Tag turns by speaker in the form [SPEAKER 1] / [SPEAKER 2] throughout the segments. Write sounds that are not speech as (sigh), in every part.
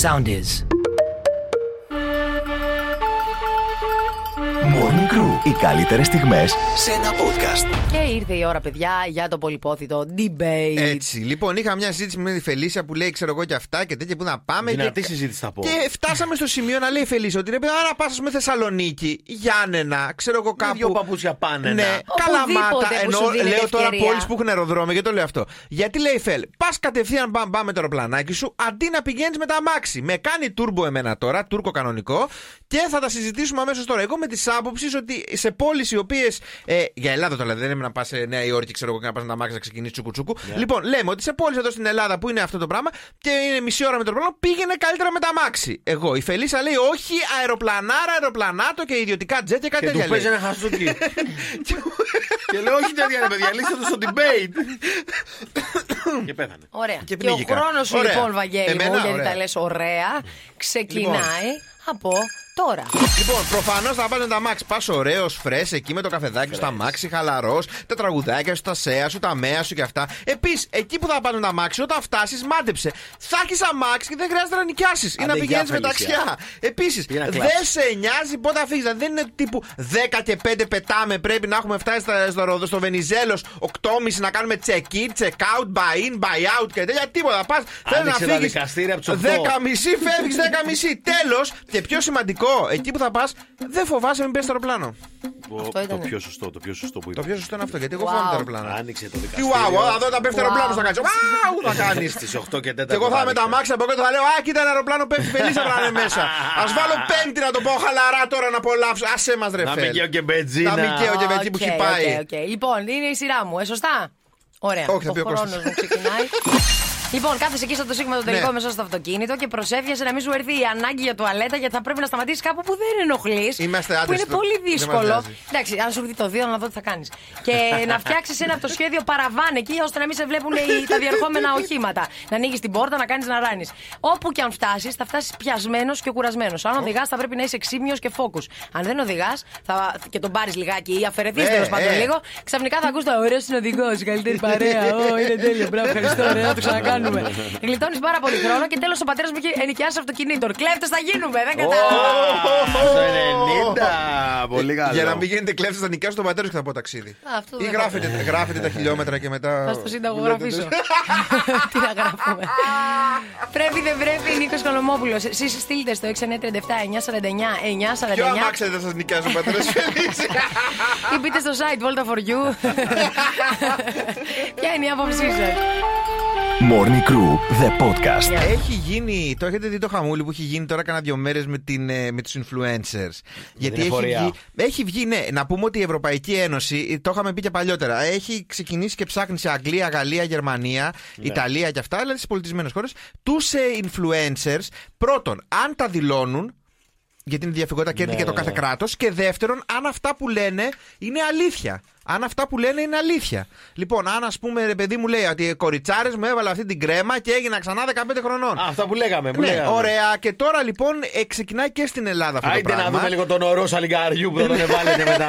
[SPEAKER 1] Sound is.
[SPEAKER 2] Morning Crew. Οι καλύτερες στιγμές σε ένα podcast.
[SPEAKER 3] Και ήρθε η ώρα, παιδιά, για το πολυπόθητο debate.
[SPEAKER 4] Έτσι. Λοιπόν, είχα μια συζήτηση με τη Φελίσια που λέει, ξέρω εγώ και αυτά και τέτοια που να πάμε.
[SPEAKER 5] Δυνατή
[SPEAKER 4] και...
[SPEAKER 5] συζήτηση θα πω.
[SPEAKER 4] Και φτάσαμε στο σημείο να λέει η Φελίσια ότι ρε παιδιά, άρα πας με Θεσσαλονίκη, Γιάννενα, ξέρω εγώ
[SPEAKER 5] Με
[SPEAKER 4] κάπου.
[SPEAKER 5] δύο παπούτσια πάνε.
[SPEAKER 4] Ναι,
[SPEAKER 3] Οπουδήποτε
[SPEAKER 4] καλαμάτα.
[SPEAKER 3] που
[SPEAKER 4] Ενώ
[SPEAKER 3] σου δίνεται
[SPEAKER 4] λέω τώρα
[SPEAKER 3] ευκαιρία.
[SPEAKER 4] πόλεις που έχουν αεροδρόμιο και το λέω αυτό. Γιατί λέει η Φελ, πας κατευθείαν μπαμ, μπαμ με το αεροπλανάκι σου αντί να πηγαίνεις με τα αμάξι. Με κάνει τούρμπο εμένα τώρα, τούρκο κανονικό και θα τα συζητήσουμε αμέσως τώρα. Εγώ με τη άποψης ότι σε πόλεις οι οποίες. Ε, για Ελλάδα τώρα, δηλαδή, δεν είναι να πας σε Νέα Υόρκη, ξέρω εγώ, και να πας με τα αμάξι να ξεκινήσεις τσουκουτσούκου. Λοιπόν, λέμε ότι σε πόλεις εδώ στην Ελλάδα που είναι αυτό το πράγμα και είναι μισή ώρα με το αεροπλάνο, πήγαινε καλύτερα με τα αμάξι. Εγώ, η Φελίσσα λέει όχι αεροπλανάρα, αεροπλανάτο και ιδιωτικά τζετ και κάτι
[SPEAKER 5] Και του
[SPEAKER 4] τέτοια. λέει.
[SPEAKER 5] παίζει ένα
[SPEAKER 4] (laughs)
[SPEAKER 5] χαστούκι. και λέω, όχι τέτοια ρε παιδιά, λύστε το στο debate. και πέθανε.
[SPEAKER 3] Ωραία. Και, ο
[SPEAKER 4] πνίγηκα.
[SPEAKER 3] χρόνος σου,
[SPEAKER 4] Ωραία.
[SPEAKER 3] λοιπόν, Βαγγέλη, μου,
[SPEAKER 4] Εμένα,
[SPEAKER 3] γιατί
[SPEAKER 4] ωραία.
[SPEAKER 3] τα λες ωραία, ξεκινάει από τώρα.
[SPEAKER 4] Λοιπόν, προφανώς θα πάνε τα μάξ. Πα ωραίο, φρέ εκεί με το καφεδάκι σου, τα μάξι, χαλαρός, τα τραγουδάκια σου, τα σέα σου, τα μέα σου και αυτά. Επίσης, εκεί που θα πάνε τα μάξι, όταν φτάσεις, μάντεψε. Θα έχεις αμάξι και δεν χρειάζεται να νοικιάσεις ή
[SPEAKER 5] Άντε,
[SPEAKER 4] να
[SPEAKER 5] γεια,
[SPEAKER 4] πηγαίνει με
[SPEAKER 5] Φελίσια.
[SPEAKER 4] ταξιά. Επίση,
[SPEAKER 5] Πήγαινα
[SPEAKER 4] δεν
[SPEAKER 5] κλάψε.
[SPEAKER 4] σε νοιάζει πότε αφήγει. Δηλαδή, δεν είναι τύπου 10 και 5 πετάμε, πρέπει να έχουμε φτάσει στα- στο, Ρόδο, στο Βενιζέλος 8.30 να κάνουμε check-in, check-out, buy-in, buy-out και τέτοια τίποτα. Πας θέλω να
[SPEAKER 5] Άνοιξε τα
[SPEAKER 4] φύγεις.
[SPEAKER 5] δικαστήρια από τις 8.
[SPEAKER 4] 10 μισή φεύγεις, 10 μισή. Τέλος. Και πιο σημαντικό, εκεί που θα πας, δεν φοβάσαι μην πέσει το αεροπλάνο.
[SPEAKER 3] Αυτό
[SPEAKER 5] Το
[SPEAKER 3] ήτανε.
[SPEAKER 5] πιο σωστό, το πιο σωστό που
[SPEAKER 4] Το
[SPEAKER 5] είπα.
[SPEAKER 4] πιο σωστό είναι αυτό, γιατί εγώ
[SPEAKER 3] Wow.
[SPEAKER 4] φοβάμαι το αεροπλάνο.
[SPEAKER 5] Άνοιξε το
[SPEAKER 4] Τι
[SPEAKER 5] δικαστήριο.
[SPEAKER 4] wow, wow, εδώ τα πέφτει το
[SPEAKER 3] Wow.
[SPEAKER 4] αεροπλάνο θα κάνει. Wow, θα κάνεις.
[SPEAKER 5] Στις 8 και 4.
[SPEAKER 4] Και εγώ θα είμαι με τα μάξια από κάτω θα λέω Α, κοίτα ένα αεροπλάνο πέφτει φελίσσα να είναι μέσα. Ας βάλω πέμπτη να το πω χαλαρά τώρα να απολαύσω. Άσε μας ρε
[SPEAKER 5] Να
[SPEAKER 4] φέλ.
[SPEAKER 5] μην καίω και
[SPEAKER 4] Να
[SPEAKER 5] μπετζίνα.
[SPEAKER 4] μην καίω και με εκεί που
[SPEAKER 3] Οκ,
[SPEAKER 4] έχει
[SPEAKER 3] οκ,
[SPEAKER 4] πάει.
[SPEAKER 3] οκ. Λοιπόν, είναι η σειρά μου, ε, σωστά. Ωραία.
[SPEAKER 4] Όχι, θα
[SPEAKER 3] ο
[SPEAKER 4] πει ο
[SPEAKER 3] χρόνος
[SPEAKER 4] Κώστας.
[SPEAKER 3] μου ξεκινάει. λοιπόν, κάθεσαι εκεί στο το σίγμα το τελικό
[SPEAKER 4] Ναι.
[SPEAKER 3] μέσα στο αυτοκίνητο και προσέφιασε να μην σου έρθει η ανάγκη για τουαλέτα γιατί θα πρέπει να σταματήσεις κάπου που δεν ενοχλείς.
[SPEAKER 4] Είμαστε
[SPEAKER 3] Που
[SPEAKER 4] άντρες,
[SPEAKER 3] είναι
[SPEAKER 4] το-
[SPEAKER 3] πολύ
[SPEAKER 4] δεν μας
[SPEAKER 3] δύσκολο.
[SPEAKER 4] νοιάζει.
[SPEAKER 3] Εντάξει, αν σου έρθει το δύο, να δω τι θα κάνεις. Και να φτιάξεις ένα από το σχέδιο παραβάν εκεί ώστε να μην σε βλέπουν οι- τα διαρχόμενα οχήματα. Να ανοίγεις την πόρτα, να κάνεις να ράνεις. Όπου και αν φτάσεις, θα φτάσεις πιασμένος και κουρασμένος. Αν οδηγάς, θα πρέπει να είσαι ξύμιος και φόκους. Αν δεν οδηγάς και τον πάρεις λιγάκι ή αφαιρεθείς
[SPEAKER 4] Ε,
[SPEAKER 3] τέλος πάντων
[SPEAKER 4] ε.
[SPEAKER 3] λίγο, ξαφνικά θα ακούς το ωραίο συνοδηγό, η καλύτερη παρέα. Ω, είναι τέλειο, μπράβο, ευχαριστώ, ωραία, θα το ξανακάνουμε. Γλιτώνεις πάρα πολύ χρόνο και τέλος ο πατέρας μου έχει ενοικιάσει αυτοκινήτο. Κλέφτες θα γίνουμε, δεν κατάλαβα.
[SPEAKER 5] Στο 90. Πολύ καλό.
[SPEAKER 4] Για να μην γίνετε κλέφτες, θα νοικιάσω τον πατέρα σου και θα πω ταξίδι.
[SPEAKER 3] Α, αυτό
[SPEAKER 4] Ή
[SPEAKER 3] δεν
[SPEAKER 4] γράφετε, γράφετε τα χιλιόμετρα και μετά.
[SPEAKER 3] Θα στο (laughs) συνταγογραφήσω. Τι να γράφουμε. Πρέπει, δεν πρέπει, Νίκος Κολομόπουλος. Εσείς στείλτε στο 6937 949
[SPEAKER 4] Ποιο
[SPEAKER 3] 949.
[SPEAKER 4] αμάξι δεν θα σας νοικιάσει ο πατέρας
[SPEAKER 3] Ή μπείτε στο site Volta for (laughs) You. Ποια είναι η άποψή σας.
[SPEAKER 2] Morning Crew, the podcast.
[SPEAKER 4] Έχει γίνει, το έχετε δει το χαμούλι που έχει γίνει τώρα κάνα δύο μέρες με, την, ε, με τους influencers. Γιατί έχει
[SPEAKER 5] εφορία.
[SPEAKER 4] βγει, έχει βγει, ναι, να πούμε ότι η Ευρωπαϊκή Ένωση, ε, το είχαμε πει και παλιότερα, έχει ξεκινήσει και ψάχνει σε Αγγλία, Γαλλία, Γερμανία, Ιταλία και αυτά, δηλαδή στι πολιτισμένες χώρες, τους ε, influencers, πρώτον, αν τα δηλώνουν, γιατί είναι διαφυγότητα κέρδη για το
[SPEAKER 5] Ναι.
[SPEAKER 4] κάθε κράτος. Και δεύτερον, αν αυτά που λένε είναι αλήθεια. Αν αυτά που λένε είναι αλήθεια. Λοιπόν, αν ας πούμε, ρε παιδί μου λέει ότι κοριτσάρες μου έβαλε αυτή την κρέμα και έγινα ξανά 15 χρονών.
[SPEAKER 5] Α, Αυτά που λέγαμε. που
[SPEAKER 4] ναι,
[SPEAKER 5] λέγαμε.
[SPEAKER 4] ωραία. Και τώρα λοιπόν ε, ξεκινάει και στην Ελλάδα αυτό το
[SPEAKER 5] Άιντε
[SPEAKER 4] πράγμα.
[SPEAKER 5] να δούμε λίγο τον ορό σαλιγκαριού που θα τον βάλετε
[SPEAKER 4] (laughs)
[SPEAKER 5] μετά.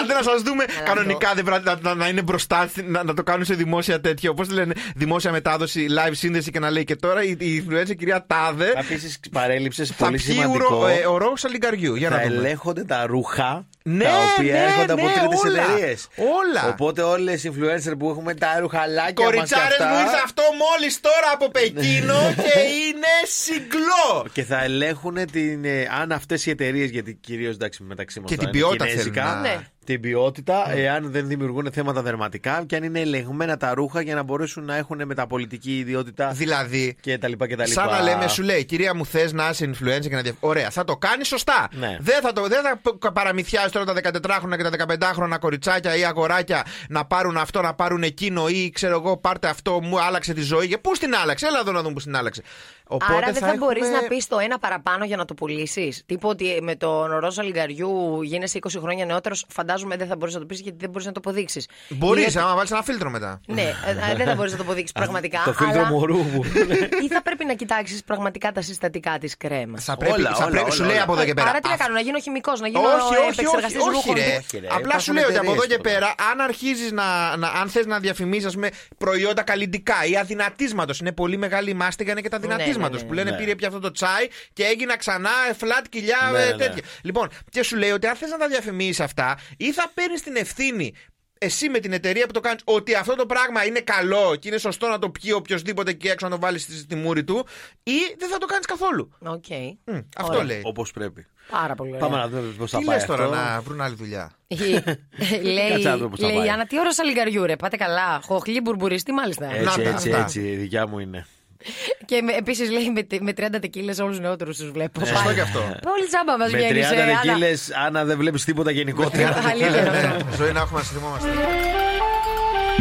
[SPEAKER 4] Άντε να σας δούμε κανονικά δεν πρέπει να, να, να είναι μπροστά, στην- να, να το κάνουν σε δημόσια τέτοιο. Πώ λένε, δημόσια μετάδοση, live σύνδεση και να λέει και τώρα η, η influencer κυρία Τάδε
[SPEAKER 5] Επίση, παρέλειψες
[SPEAKER 4] θα
[SPEAKER 5] πολύ
[SPEAKER 4] πιει
[SPEAKER 5] σημαντικό.
[SPEAKER 4] ουρο- ε, ο ρόγο αλιγκαριού. Για
[SPEAKER 5] Θα
[SPEAKER 4] να δούμε.
[SPEAKER 5] ελέγχονται τα ρούχα
[SPEAKER 4] Ναι,
[SPEAKER 5] τα οποία
[SPEAKER 4] ναι,
[SPEAKER 5] έρχονται
[SPEAKER 4] ναι,
[SPEAKER 5] από τρίτες
[SPEAKER 4] όλα.
[SPEAKER 5] εταιρείες.
[SPEAKER 4] Όλα.
[SPEAKER 5] Οπότε όλες οι influencer που έχουμε τα ρουχαλάκια μας και
[SPEAKER 4] Κοριτσάρες
[SPEAKER 5] αυτά,
[SPEAKER 4] μου ήρθε αυτό μόλις τώρα από Πεκίνο και είναι συγκλό.
[SPEAKER 5] Και θα ελέγχουν την, ε, αν αυτές οι εταιρείες, γιατί κυρίως εντάξει μεταξύ μας
[SPEAKER 4] Και την ποιότητα θέλουν να-
[SPEAKER 3] Ναι.
[SPEAKER 5] Την ποιότητα, εάν δεν δημιουργούν θέματα δερματικά και αν είναι ελεγμένα τα ρούχα για να μπορέσουν να έχουν μεταπολιτική ιδιότητα
[SPEAKER 4] Δηλαδή,
[SPEAKER 5] και τα λοιπά και τα λοιπά.
[SPEAKER 4] σαν να λέμε, σου λέει, κυρία μου, θες να είσαι influencer και να διαφ... Ωραία, θα το κάνεις σωστά.
[SPEAKER 5] Ναι.
[SPEAKER 4] Δεν θα, το, δεν θα παραμυθιάζει τώρα τα 14χρονα και τα 15χρονα κοριτσάκια ή αγοράκια να πάρουν αυτό, να πάρουν εκείνο ή ξέρω εγώ, πάρτε αυτό, μου άλλαξε τη ζωή. Και πού στην άλλαξε, έλα εδώ να δούμε πού στην άλλαξε. Οπότε
[SPEAKER 3] Άρα δεν θα, μπορείς
[SPEAKER 4] έχουμε-
[SPEAKER 3] να πεις το ένα παραπάνω για να το πουλήσεις. Τύπο ότι με τον Ρόζα Λιγκαριού γίνεσαι 20 χρόνια νεότερος, φαντάζομαι δεν θα μπορείς να το πεις γιατί δεν μπορείς να το αποδείξεις.
[SPEAKER 4] Μπορείς, άμα βάλεις ένα φίλτρο μετά.
[SPEAKER 3] Ναι, ε, ε, δεν θα μπορείς να το αποδείξεις
[SPEAKER 5] (laughs)
[SPEAKER 3] πραγματικά.
[SPEAKER 5] Το φίλτρο
[SPEAKER 3] αλλά-
[SPEAKER 5] μωρού
[SPEAKER 4] (laughs)
[SPEAKER 5] μου.
[SPEAKER 3] (laughs) Ή θα πρέπει να κοιτάξεις πραγματικά τα συστατικά της κρέμας.
[SPEAKER 4] Θα πρέπει,
[SPEAKER 5] Όλα,
[SPEAKER 4] θα
[SPEAKER 5] όλα,
[SPEAKER 4] πρέπει-
[SPEAKER 5] όλα,
[SPEAKER 4] σου λέει
[SPEAKER 5] όλα.
[SPEAKER 4] από εδώ και πέρα.
[SPEAKER 3] Άρα τι να κάνω, να γίνω χημικός, να γίνω
[SPEAKER 4] όχι, όχι,
[SPEAKER 3] επεξεργαστής
[SPEAKER 4] όχι,
[SPEAKER 3] ρούχων.
[SPEAKER 4] όχι, ρε.
[SPEAKER 5] Όχι, ρε.
[SPEAKER 4] Απλά σου
[SPEAKER 5] Υπάρχουν
[SPEAKER 4] λέω ότι από εδώ
[SPEAKER 5] εταιρείες
[SPEAKER 4] και
[SPEAKER 5] τώρα.
[SPEAKER 4] πέρα, αν αρχίζεις να, να, αν θες να διαφημίσεις, προϊόντα καλλιντικά ή αδυνατίσματο, είναι πολύ μεγάλη η μάστιγα, είναι και τα
[SPEAKER 3] Ναι, ναι,
[SPEAKER 4] δυνατίσματα. ψηφίσματο
[SPEAKER 3] ναι, ναι.
[SPEAKER 4] που λένε
[SPEAKER 5] Ναι.
[SPEAKER 4] πήρε πια αυτό το τσάι και έγινα ξανά ε, φλατ κοιλιά
[SPEAKER 5] Ναι,
[SPEAKER 4] ε,
[SPEAKER 5] ναι, ναι.
[SPEAKER 4] τέτοια. Λοιπόν, και σου λέει ότι αν θες να τα διαφημίσεις αυτά ή θα παίρνεις την ευθύνη εσύ με την εταιρεία που το κάνεις ότι αυτό το πράγμα είναι καλό και είναι σωστό να το πιει οποιοδήποτε εκεί έξω να το βάλεις στη, στη μούρη του ή δεν θα το κάνεις καθόλου.
[SPEAKER 3] Οκ.
[SPEAKER 4] Μμ, αυτό
[SPEAKER 3] Ωραία.
[SPEAKER 4] λέει. Ε,
[SPEAKER 5] Όπως πρέπει.
[SPEAKER 3] Πάρα πολύ ωραία.
[SPEAKER 5] Πάμε να δούμε πώς θα
[SPEAKER 4] Τι
[SPEAKER 5] πάει.
[SPEAKER 4] λες τώρα
[SPEAKER 5] αυτό.
[SPEAKER 4] να βρουν άλλη δουλειά.
[SPEAKER 3] Λέει,
[SPEAKER 5] (laughs) Κάτσε να δούμε πώς θα
[SPEAKER 3] λέει
[SPEAKER 5] πάει.
[SPEAKER 3] η Άννα, τι ώρα σαλιγκαριού ρε, πάτε καλά. Χοχλή μπουρμπουριστή μάλιστα.
[SPEAKER 5] Έτσι,
[SPEAKER 4] Να τα,
[SPEAKER 5] έτσι,
[SPEAKER 4] αυτά.
[SPEAKER 5] έτσι. Η δικιά μου είναι.
[SPEAKER 3] Και επίσης λέει με, τε- με 30 τεκίλες όλους νεότερους τους βλέπω.
[SPEAKER 4] Ε, Σωστό και αυτό.
[SPEAKER 3] Πολύ τζάμπα μας
[SPEAKER 5] Με 30
[SPEAKER 3] βγαίνει.
[SPEAKER 5] δεκίλε, Άννα, δεν βλέπεις τίποτα γενικότερα.
[SPEAKER 3] Αλήθεια είναι αυτό.
[SPEAKER 4] Ναι, Ζωή να έχουμε να συνθυμόμαστε.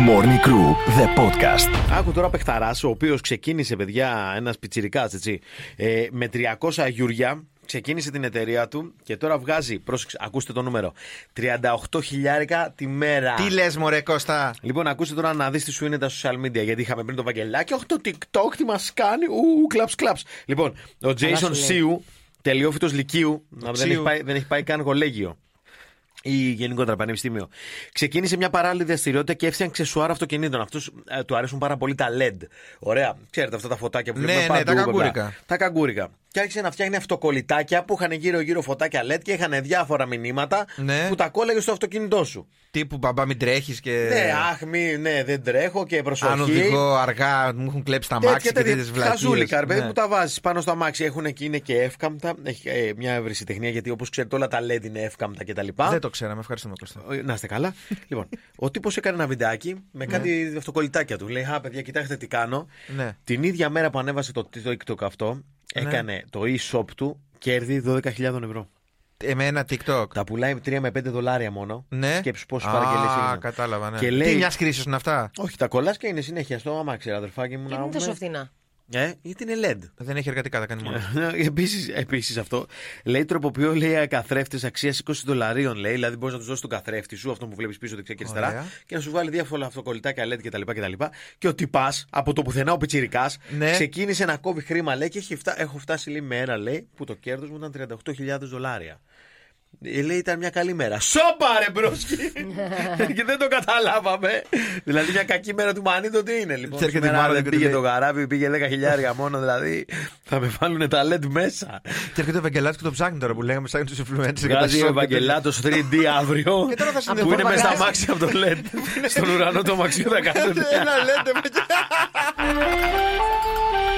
[SPEAKER 2] Morning Crew, the podcast.
[SPEAKER 5] (laughs) Άκου τώρα παιχταράς, ο οποίος ξεκίνησε, παιδιά, ένας πιτσιρικάς, έτσι, ε, με 300 γιουριά. Ξεκίνησε την εταιρεία του και τώρα βγάζει, πρόσεξε, ακούστε το νούμερο, 38 χιλιάρικα τη μέρα.
[SPEAKER 4] Τι λες, Μωρέ Κώστα.
[SPEAKER 5] Λοιπόν, ακούστε τώρα να δεις τι σου είναι τα social media. Γιατί είχαμε πριν το βαγγελάκι. Όχι το TikTok, τι μας κάνει. Ου, κλαψ, κλαψ. Λοιπόν, ο Jason
[SPEAKER 3] σου λέει.
[SPEAKER 5] Σίου, τελειόφυτος Λυκείου, να- δεν
[SPEAKER 4] Σίου.
[SPEAKER 5] έχει, πάει, δεν έχει πάει καν κολέγιο. Ή γενικότερα πανεπιστήμιο. Ξεκίνησε μια παράλληλη δραστηριότητα και έφτιαξε αξεσουάρ αυτοκινήτων. Αυτούς του αρέσουν πάρα πολύ τα LED. Ωραία. Ξέρετε αυτά τα φωτάκια που
[SPEAKER 4] Ναι,
[SPEAKER 5] βλέπουμε
[SPEAKER 4] ναι,
[SPEAKER 5] παντού.
[SPEAKER 4] τα
[SPEAKER 5] παιδιά.
[SPEAKER 4] καγκούρικα.
[SPEAKER 5] Τα καγκούρικα. Και άρχισε να φτιάχνει αυτοκολλητάκια που είχαν γύρω-γύρω φωτάκια LED και είχαν διάφορα μηνύματα
[SPEAKER 4] Ναι.
[SPEAKER 5] που τα κόλλαγε στο αυτοκίνητό σου.
[SPEAKER 4] Τύπου μπαμπά, μην τρέχεις και.
[SPEAKER 5] Ναι, αχ, μη, ναι, δεν τρέχω και προσοχή.
[SPEAKER 4] Ε, Αν οδηγώ αργά, μου έχουν κλέψει τα μάξι
[SPEAKER 5] Τέτοια,
[SPEAKER 4] και ναι.
[SPEAKER 5] τέτοια
[SPEAKER 4] τέτοιε βλακίες.
[SPEAKER 5] χαζούλικα, ρε παιδί που τα βάζεις πάνω στο αμάξι. Έχουν εκεί είναι και εύκαμπτα. Έχει ε, μια ευρυσιτεχνία γιατί όπως ξέρετε όλα τα LED είναι εύκαμπτα κτλ.
[SPEAKER 4] Δεν το ξέραμε, ευχαριστούμε Κώστα.
[SPEAKER 5] Ε, Να είστε
[SPEAKER 4] (laughs)
[SPEAKER 5] καλά. λοιπόν, ο τύπος έκανε ένα βιντεάκι με κάτι αυτοκολλητάκια του. Λέει: Α, παιδιά, κοιτάξτε τι κάνω.
[SPEAKER 4] Ναι.
[SPEAKER 5] Την ίδια μέρα που ανέβασε το TikTok αυτό, έκανε το e-shop του κέρδη 12.000 ευρώ.
[SPEAKER 4] Εμένα TikTok.
[SPEAKER 5] Τα πουλάει 3 με 5 δολάρια μόνο.
[SPEAKER 4] Ναι.
[SPEAKER 5] Σκέψου πόσο
[SPEAKER 4] Α,
[SPEAKER 5] παραγγελίε είναι.
[SPEAKER 4] κατάλαβα, ναι.
[SPEAKER 5] Και λέει-
[SPEAKER 4] Τι μιας κρίση είναι αυτά.
[SPEAKER 5] Όχι, τα κολλάς και είναι συνέχεια στο αμάξι, αδερφάκι μου.
[SPEAKER 3] Γιατί είναι
[SPEAKER 5] πούμε.
[SPEAKER 3] τόσο φθηνά.
[SPEAKER 5] Ε, γιατί είναι LED.
[SPEAKER 4] Δεν έχει εργατικά, τα κάνει μόνο.
[SPEAKER 5] Ναι. Επίσης Ε, επίσης αυτό. Λέει τροποποιώ λέει καθρέφτε αξία 20 δολαρίων. Λέει, δηλαδή μπορείς να τους δώσεις τον καθρέφτη σου, αυτό που βλέπεις πίσω δεξιά και αριστερά,
[SPEAKER 4] Ωραία.
[SPEAKER 5] και να σου βάλει διάφορα αυτοκολλητάκια LED κτλ. κτλ. Και ο τυπά από το πουθενά ο πιτσυρικά
[SPEAKER 4] Ναι.
[SPEAKER 5] ξεκίνησε να κόβει χρήμα, λέει, και έχει φτά- έχω φτάσει λέει μέρα, λέει, που το κέρδος μου ήταν 38.000 δολάρια. Ε, Λέει ήταν μια καλή μέρα. Σόπα ρε
[SPEAKER 4] (laughs)
[SPEAKER 5] μπρόσκι! και δεν το καταλάβαμε. δηλαδή μια κακή μέρα του Μανίτο τι είναι λοιπόν.
[SPEAKER 4] Και έρχεται η
[SPEAKER 5] Σήμερα
[SPEAKER 4] μάνα
[SPEAKER 5] δεν
[SPEAKER 4] και του
[SPEAKER 5] πήγε
[SPEAKER 4] λέει-
[SPEAKER 5] το καράβι, πήγε 10 χιλιάρια μόνο δηλαδή. Θα με βάλουν τα LED μέσα.
[SPEAKER 4] και έρχεται ο Ευαγγελάτο και το ψάχνει τώρα που λέγαμε ψάχνει τους influencers. και τα
[SPEAKER 5] Βγάζει ο
[SPEAKER 4] shop.
[SPEAKER 5] Ευαγγελάτο 3D αύριο.
[SPEAKER 4] Και τώρα θα
[SPEAKER 5] που είναι
[SPEAKER 4] συνδεθώ
[SPEAKER 5] μέσα στα
[SPEAKER 4] βαγάζει. (laughs)
[SPEAKER 5] μάξια από το LED. Στον ουρανό το μαξί θα κάθεται.
[SPEAKER 4] Ένα Ναι, λέτε με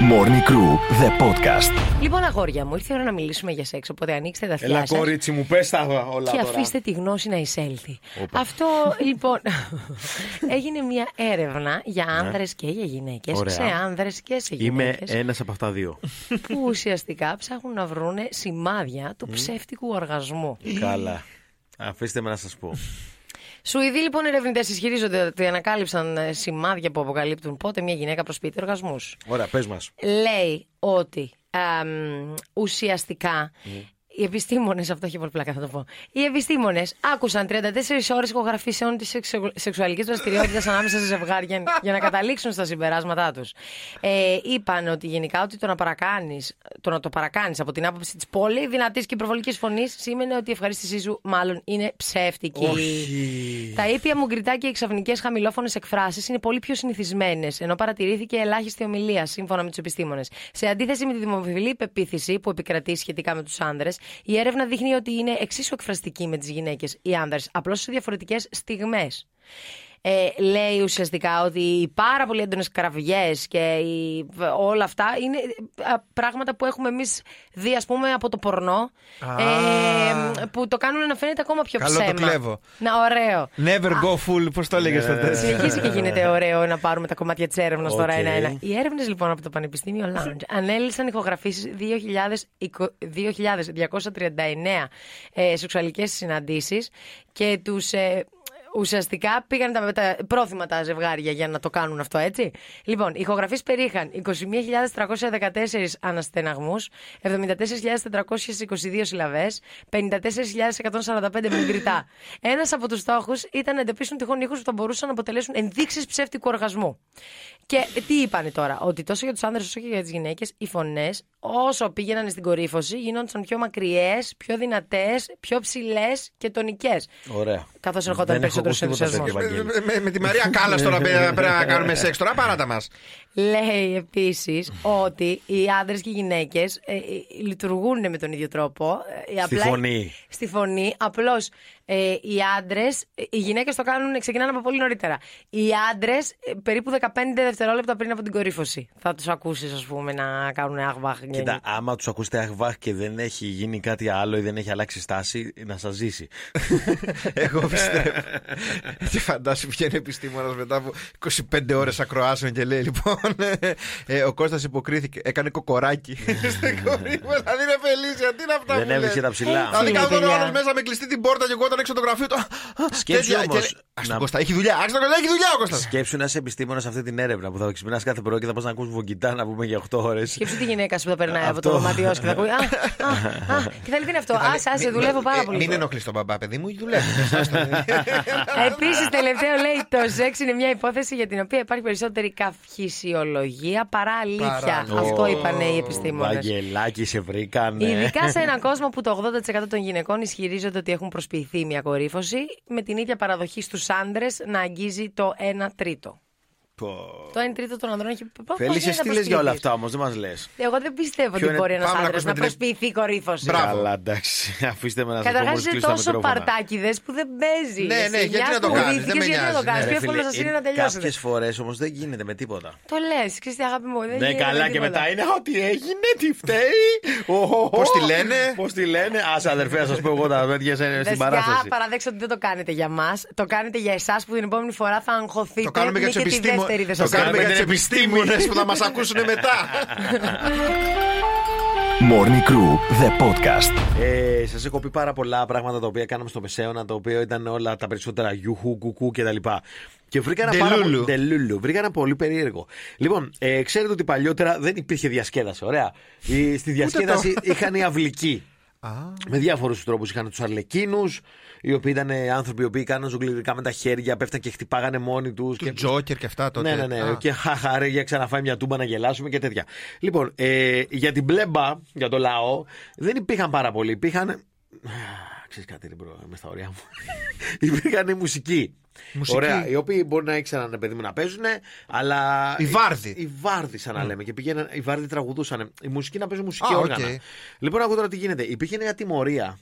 [SPEAKER 2] Morning Crew, the podcast.
[SPEAKER 3] Λοιπόν, αγόρια μου, ήρθε η ώρα να μιλήσουμε για σεξ. Οπότε ανοίξτε τα αυτιά
[SPEAKER 5] Ελά,
[SPEAKER 3] σας
[SPEAKER 5] κορίτσι μου, πες τα όλα
[SPEAKER 3] και
[SPEAKER 5] τώρα.
[SPEAKER 3] αφήστε τη γνώση να εισέλθει.
[SPEAKER 5] (laughs)
[SPEAKER 3] Αυτό λοιπόν. έγινε μια έρευνα για άνδρες και για γυναίκες.
[SPEAKER 5] Ναι. Ωραία.
[SPEAKER 3] Σε άνδρες και σε
[SPEAKER 5] Είμαι
[SPEAKER 3] γυναίκες.
[SPEAKER 5] ένας από αυτά
[SPEAKER 3] (laughs)
[SPEAKER 5] δύο.
[SPEAKER 3] Που ουσιαστικά ψάχνουν να βρούνε σημάδια του ψεύτικου οργασμού.
[SPEAKER 5] Καλά. Αφήστε με να σας πω.
[SPEAKER 3] Σουηδοί λοιπόν ερευνητές ισχυρίζονται ότι ανακάλυψαν ε, σημάδια που αποκαλύπτουν πότε μια γυναίκα προσποιείται οργασμούς.
[SPEAKER 5] Ωραία, πες μας.
[SPEAKER 3] Λέει ότι αμ, ουσιαστικά οι επιστήμονες, αυτό έχει πολύ πλάκα θα το πω. Οι επιστήμονες άκουσαν 34 ώρες ηχογραφήσεων της σεξου, σεξουαλικής δραστηριότητας ανάμεσα σε ζευγάρια για να καταλήξουν στα συμπεράσματά τους. Ε, είπαν ότι γενικά ότι το να, παρακάνεις, το να το παρακάνεις από την άποψη της πολύ δυνατής και υπερβολικής φωνής σήμαινε ότι η ευχαρίστησή σου μάλλον είναι ψεύτικη.
[SPEAKER 5] Όχι.
[SPEAKER 3] Τα ήπια μουγκριτά και οι ξαφνικές χαμηλόφωνες εκφράσεις είναι πολύ πιο συνηθισμένες, ενώ παρατηρήθηκε ελάχιστη ομιλία, σύμφωνα με τους επιστήμονες. Σε αντίθεση με τη δημοφιλή πεποίθηση που επικρατεί σχετικά με τους άνδρες, η έρευνα δείχνει ότι είναι εξίσου εκφραστική με τις γυναίκες οι άνδρες, απλώς σε διαφορετικές στιγμές. Ε, λέει ουσιαστικά ότι οι πάρα πολύ έντονες κραυγέ και οι, όλα αυτά είναι α, πράγματα που έχουμε εμείς δει, ας πούμε, από το πορνό. Ε, που το κάνουν να φαίνεται ακόμα πιο
[SPEAKER 4] Καλό το
[SPEAKER 3] ψέμα.
[SPEAKER 4] κλέβω.
[SPEAKER 3] Να, ωραίο.
[SPEAKER 4] Never go full, πώς το έλεγες στο τέλο.
[SPEAKER 3] Συνεχίζει και γίνεται ωραίο να πάρουμε τα κομμάτια της έρευνας τώρα
[SPEAKER 5] Οκ.
[SPEAKER 3] ένα-ένα. Οι έρευνες λοιπόν από το Πανεπιστήμιο Lounge ανέλησαν ηχογραφήσεις 2.239 ε, σεξουαλικές συναντήσεις και τους. Ουσιαστικά πήγαν τα, τα πρόθυμα τα ζευγάρια για να το κάνουν αυτό, έτσι. Λοιπόν, οι ηχογραφίε περιείχαν 21.314 αναστεναγμού, 74.422 συλλαβέ, 54.145 μουγκριτά. Ένας από τους στόχους ήταν να εντοπίσουν τυχόν ήχους που θα μπορούσαν να αποτελέσουν ενδείξεις ψεύτικου οργασμού. Και τι είπανε τώρα, ότι τόσο για τους άνδρες όσο και για τις γυναίκες, οι φωνές όσο πήγαιναν στην κορύφωση, γίνονταν πιο μακριές, πιο δυνατές, πιο ψηλές και τονικές.
[SPEAKER 5] Ωραία.
[SPEAKER 3] Καθώς ερχόταν
[SPEAKER 5] Δεν έχω
[SPEAKER 3] περισσότερο
[SPEAKER 5] ακούσει τίποτα
[SPEAKER 3] ενθουσιασμός.
[SPEAKER 5] τέτοιο, Βαγγέλη.
[SPEAKER 4] Με- με- Με τη Μαρία Κάλλας
[SPEAKER 5] Ναι.
[SPEAKER 4] τώρα πέ- πρέπει να κάνουμε σεξ. Τώρα παράτα μας.
[SPEAKER 3] Λέει επίσης ότι οι άντρε και οι γυναίκες λειτουργούν με τον ίδιο τρόπο. ε, ε,
[SPEAKER 5] Στη φωνή.
[SPEAKER 3] Στη φωνή. Απλώς οι άντρες, οι γυναίκες το κάνουν, ξεκινάνε από πολύ νωρίτερα. Οι άντρες περίπου 15 δευτερόλεπτα πριν από την κορύφωση. Θα τους ακούσεις, ας πούμε, να κάνουν άχβαχ.
[SPEAKER 5] Κοίτα, άμα τους ακούσετε αχβάχ και δεν έχει γίνει κάτι άλλο ή δεν έχει αλλάξει στάση, να σας
[SPEAKER 3] (laughs)
[SPEAKER 5] ζήσει.
[SPEAKER 4] Εγώ πιστεύω. Και φαντάσου βγαίνει επιστήμονας μετά από 25 ώρες ακροάσεων και λέει: Λοιπόν, ε, ε, ο Κώστας υποκρίθηκε. Έκανε κοκοράκι στην κορύφωση. Δηλαδή είναι φελίσια, τι είναι αυτά που
[SPEAKER 5] Ναι. δεν
[SPEAKER 4] λες.
[SPEAKER 5] έβρισκε τα ψηλά.
[SPEAKER 3] Έτσι.
[SPEAKER 4] Δηλαδή καθόταν ο
[SPEAKER 3] παιδιά.
[SPEAKER 4] άλλο μέσα με κλειστή την πόρτα και εγώ όταν έξω το γραφείο του.
[SPEAKER 5] Σκέψου όμως
[SPEAKER 4] Α
[SPEAKER 5] να-
[SPEAKER 4] τον Κώστα, έχει δουλειά. Άξι τον Κώστα, έχει δουλειά ο Κώστας.
[SPEAKER 5] Σκέψου να είσαι επιστήμονας σε αυτή την έρευνα που θα ξυπνάς κάθε πρωί και θα πας να ακούς βογγιτά να πούμε για 8 ώρες. (laughs)
[SPEAKER 3] Σκέψου τη γυναίκα σου που θα περνάει από
[SPEAKER 5] Αυτό.
[SPEAKER 3] το δωμάτιό σου και θα ακούει. Α, α, α,
[SPEAKER 5] (laughs)
[SPEAKER 3] και θα λέει τι είναι αυτό. Α, άσε,
[SPEAKER 4] Μην-
[SPEAKER 3] δουλεύω πάρα
[SPEAKER 4] ε,
[SPEAKER 3] πολύ.
[SPEAKER 4] Μην ενοχλείς τον μπαμπά, παιδί μου,
[SPEAKER 5] (laughs)
[SPEAKER 4] δουλεύει.
[SPEAKER 3] Επίσης, τελευταίο λέει: Το σεξ είναι μια υπόθεση για την οποία υπάρχει περισσότερη καυχησιολογία παρά αλήθεια.
[SPEAKER 4] Παρά-
[SPEAKER 3] Αυτό
[SPEAKER 4] Ω,
[SPEAKER 3] είπαν οι επιστήμονες.
[SPEAKER 5] Βαγγελάκι, σε βρήκανε.
[SPEAKER 3] Ειδικά σε έναν κόσμο που το 80% των γυναικών ισχυρίζονται ότι έχουν προσποιηθεί μια κορύφωση, με την ίδια παραδοχή στους άντρες να αγγίζει το 1 τρίτο. Το 1 τρίτο των ανδρών έχει. Πώς
[SPEAKER 5] Θέλεις
[SPEAKER 3] γίνεται να
[SPEAKER 5] εσύ λες για όλα
[SPEAKER 3] προσποιηθείς?
[SPEAKER 5] αυτά όμως, δεν μας λες.
[SPEAKER 3] Εγώ δεν πιστεύω
[SPEAKER 5] Ποιο
[SPEAKER 3] ότι
[SPEAKER 5] είναι-
[SPEAKER 3] μπορεί ένας
[SPEAKER 4] πάμε να
[SPEAKER 3] άντρα
[SPEAKER 4] ακούσουμε
[SPEAKER 3] να
[SPEAKER 4] την-
[SPEAKER 3] προσποιηθεί κορύφωσης.
[SPEAKER 4] Μπράβο.
[SPEAKER 5] Καλά, εντάξει. (laughs) Αφήστε με να σας πω
[SPEAKER 3] Καταρχάς
[SPEAKER 5] μόλις
[SPEAKER 3] είσαι
[SPEAKER 5] κλείσω τα
[SPEAKER 3] τόσο
[SPEAKER 5] μικρόφωνα.
[SPEAKER 3] παρτάκιδες που δεν παίζει.
[SPEAKER 4] Ναι,
[SPEAKER 3] Εσύ,
[SPEAKER 4] ναι, γιατί
[SPEAKER 3] γεια
[SPEAKER 4] να το
[SPEAKER 3] σου,
[SPEAKER 4] κάνεις,
[SPEAKER 3] κορυφθήκες,
[SPEAKER 4] δεν με
[SPEAKER 3] γιατί να το
[SPEAKER 4] νοιάζει,
[SPEAKER 3] κάνεις.
[SPEAKER 5] Ε,
[SPEAKER 4] ναι,
[SPEAKER 3] Πιο εύκολο σα είναι να
[SPEAKER 5] Κάποιε
[SPEAKER 3] τελειώσετε.
[SPEAKER 5] φορές όμως δεν γίνεται με τίποτα.
[SPEAKER 3] Το λες, ξέρεις τι αγάπη μου. Δεν
[SPEAKER 5] Ναι,
[SPEAKER 3] γίνεται
[SPEAKER 5] καλά και
[SPEAKER 3] τίποτα.
[SPEAKER 5] μετά είναι ό,τι έγινε, τι φταίει.
[SPEAKER 4] Πώς τη λένε?
[SPEAKER 5] Πώς τη λένε. Ας, αδερφέ, σας πω εγώ τα παιδιά σε- στην
[SPEAKER 3] Βασικά,
[SPEAKER 5] παράσταση.
[SPEAKER 3] παραδέξτε ότι δεν το κάνετε για μας. Το κάνετε για εσάς που την επόμενη φορά θα αγχωθείτε.
[SPEAKER 4] Το κάνουμε για
[SPEAKER 3] μη
[SPEAKER 4] του
[SPEAKER 3] και τη δεύτερη δεν
[SPEAKER 4] επιστήμονε. Το
[SPEAKER 3] σας
[SPEAKER 4] κάνουμε
[SPEAKER 5] κάνουμε
[SPEAKER 4] για του
[SPEAKER 5] την
[SPEAKER 4] επιστήμονες που θα μας ακούσουν
[SPEAKER 5] (laughs)
[SPEAKER 4] μετά.
[SPEAKER 2] Morning Crew, the podcast.
[SPEAKER 5] Ε, Σας έχω πει πάρα πολλά πράγματα τα οποία κάναμε στο Μεσαίωνα, τα οποία ήταν όλα τα περισσότερα γιουχού, κουκού κτλ. Και βρήκα ένα πάρα
[SPEAKER 4] Ντελούλου.
[SPEAKER 5] πολύ. Ντελούλου. Βρήκα ένα πολύ περίεργο. Λοιπόν, ε, ξέρετε ότι παλιότερα δεν υπήρχε διασκέδαση. Ωραία. Η- στη διασκέδαση είχαν οι αυλικοί. Με διάφορους τρόπους. Είχαν τους αρλεκίνους, οι οποίοι ήταν ε, άνθρωποι οι οποίοι κάναν ζουγκλιρικά με τα χέρια, πέφταν και χτυπάγανε μόνοι τους.
[SPEAKER 4] Του Τζόκερ και αυτά τότε.
[SPEAKER 5] Ναι, ναι, ναι.
[SPEAKER 4] Α.
[SPEAKER 5] Και χαχαρέ για ξαναφάει μια τούμπα να γελάσουμε και τέτοια. Λοιπόν, ε, για την πλέμπα, για το λαό, δεν υπήρχαν πάρα πολλοί. Υπήρχαν. Α, Ξέρεις κάτι, ρε μπρο, είμαι στα ωριά μου. (laughs) υπήρχαν οι μουσικοί.
[SPEAKER 4] Μουσικοί.
[SPEAKER 5] Ωραία, οι οποίοι μπορεί να ήξεραν παιδί μου να παίζουν, αλλά.
[SPEAKER 4] Οι βάρδοι. Mm.
[SPEAKER 5] Οι βάρδοι, σαν να λέμε. Και πήγαιναν, οι βάρδοι τραγουδούσαν. Οι μουσικοί να παίζουν μουσική
[SPEAKER 4] Α, οκ.
[SPEAKER 5] όργανα. Λοιπόν, ακούω τώρα τι γίνεται. Υπήρχε μια τιμωρία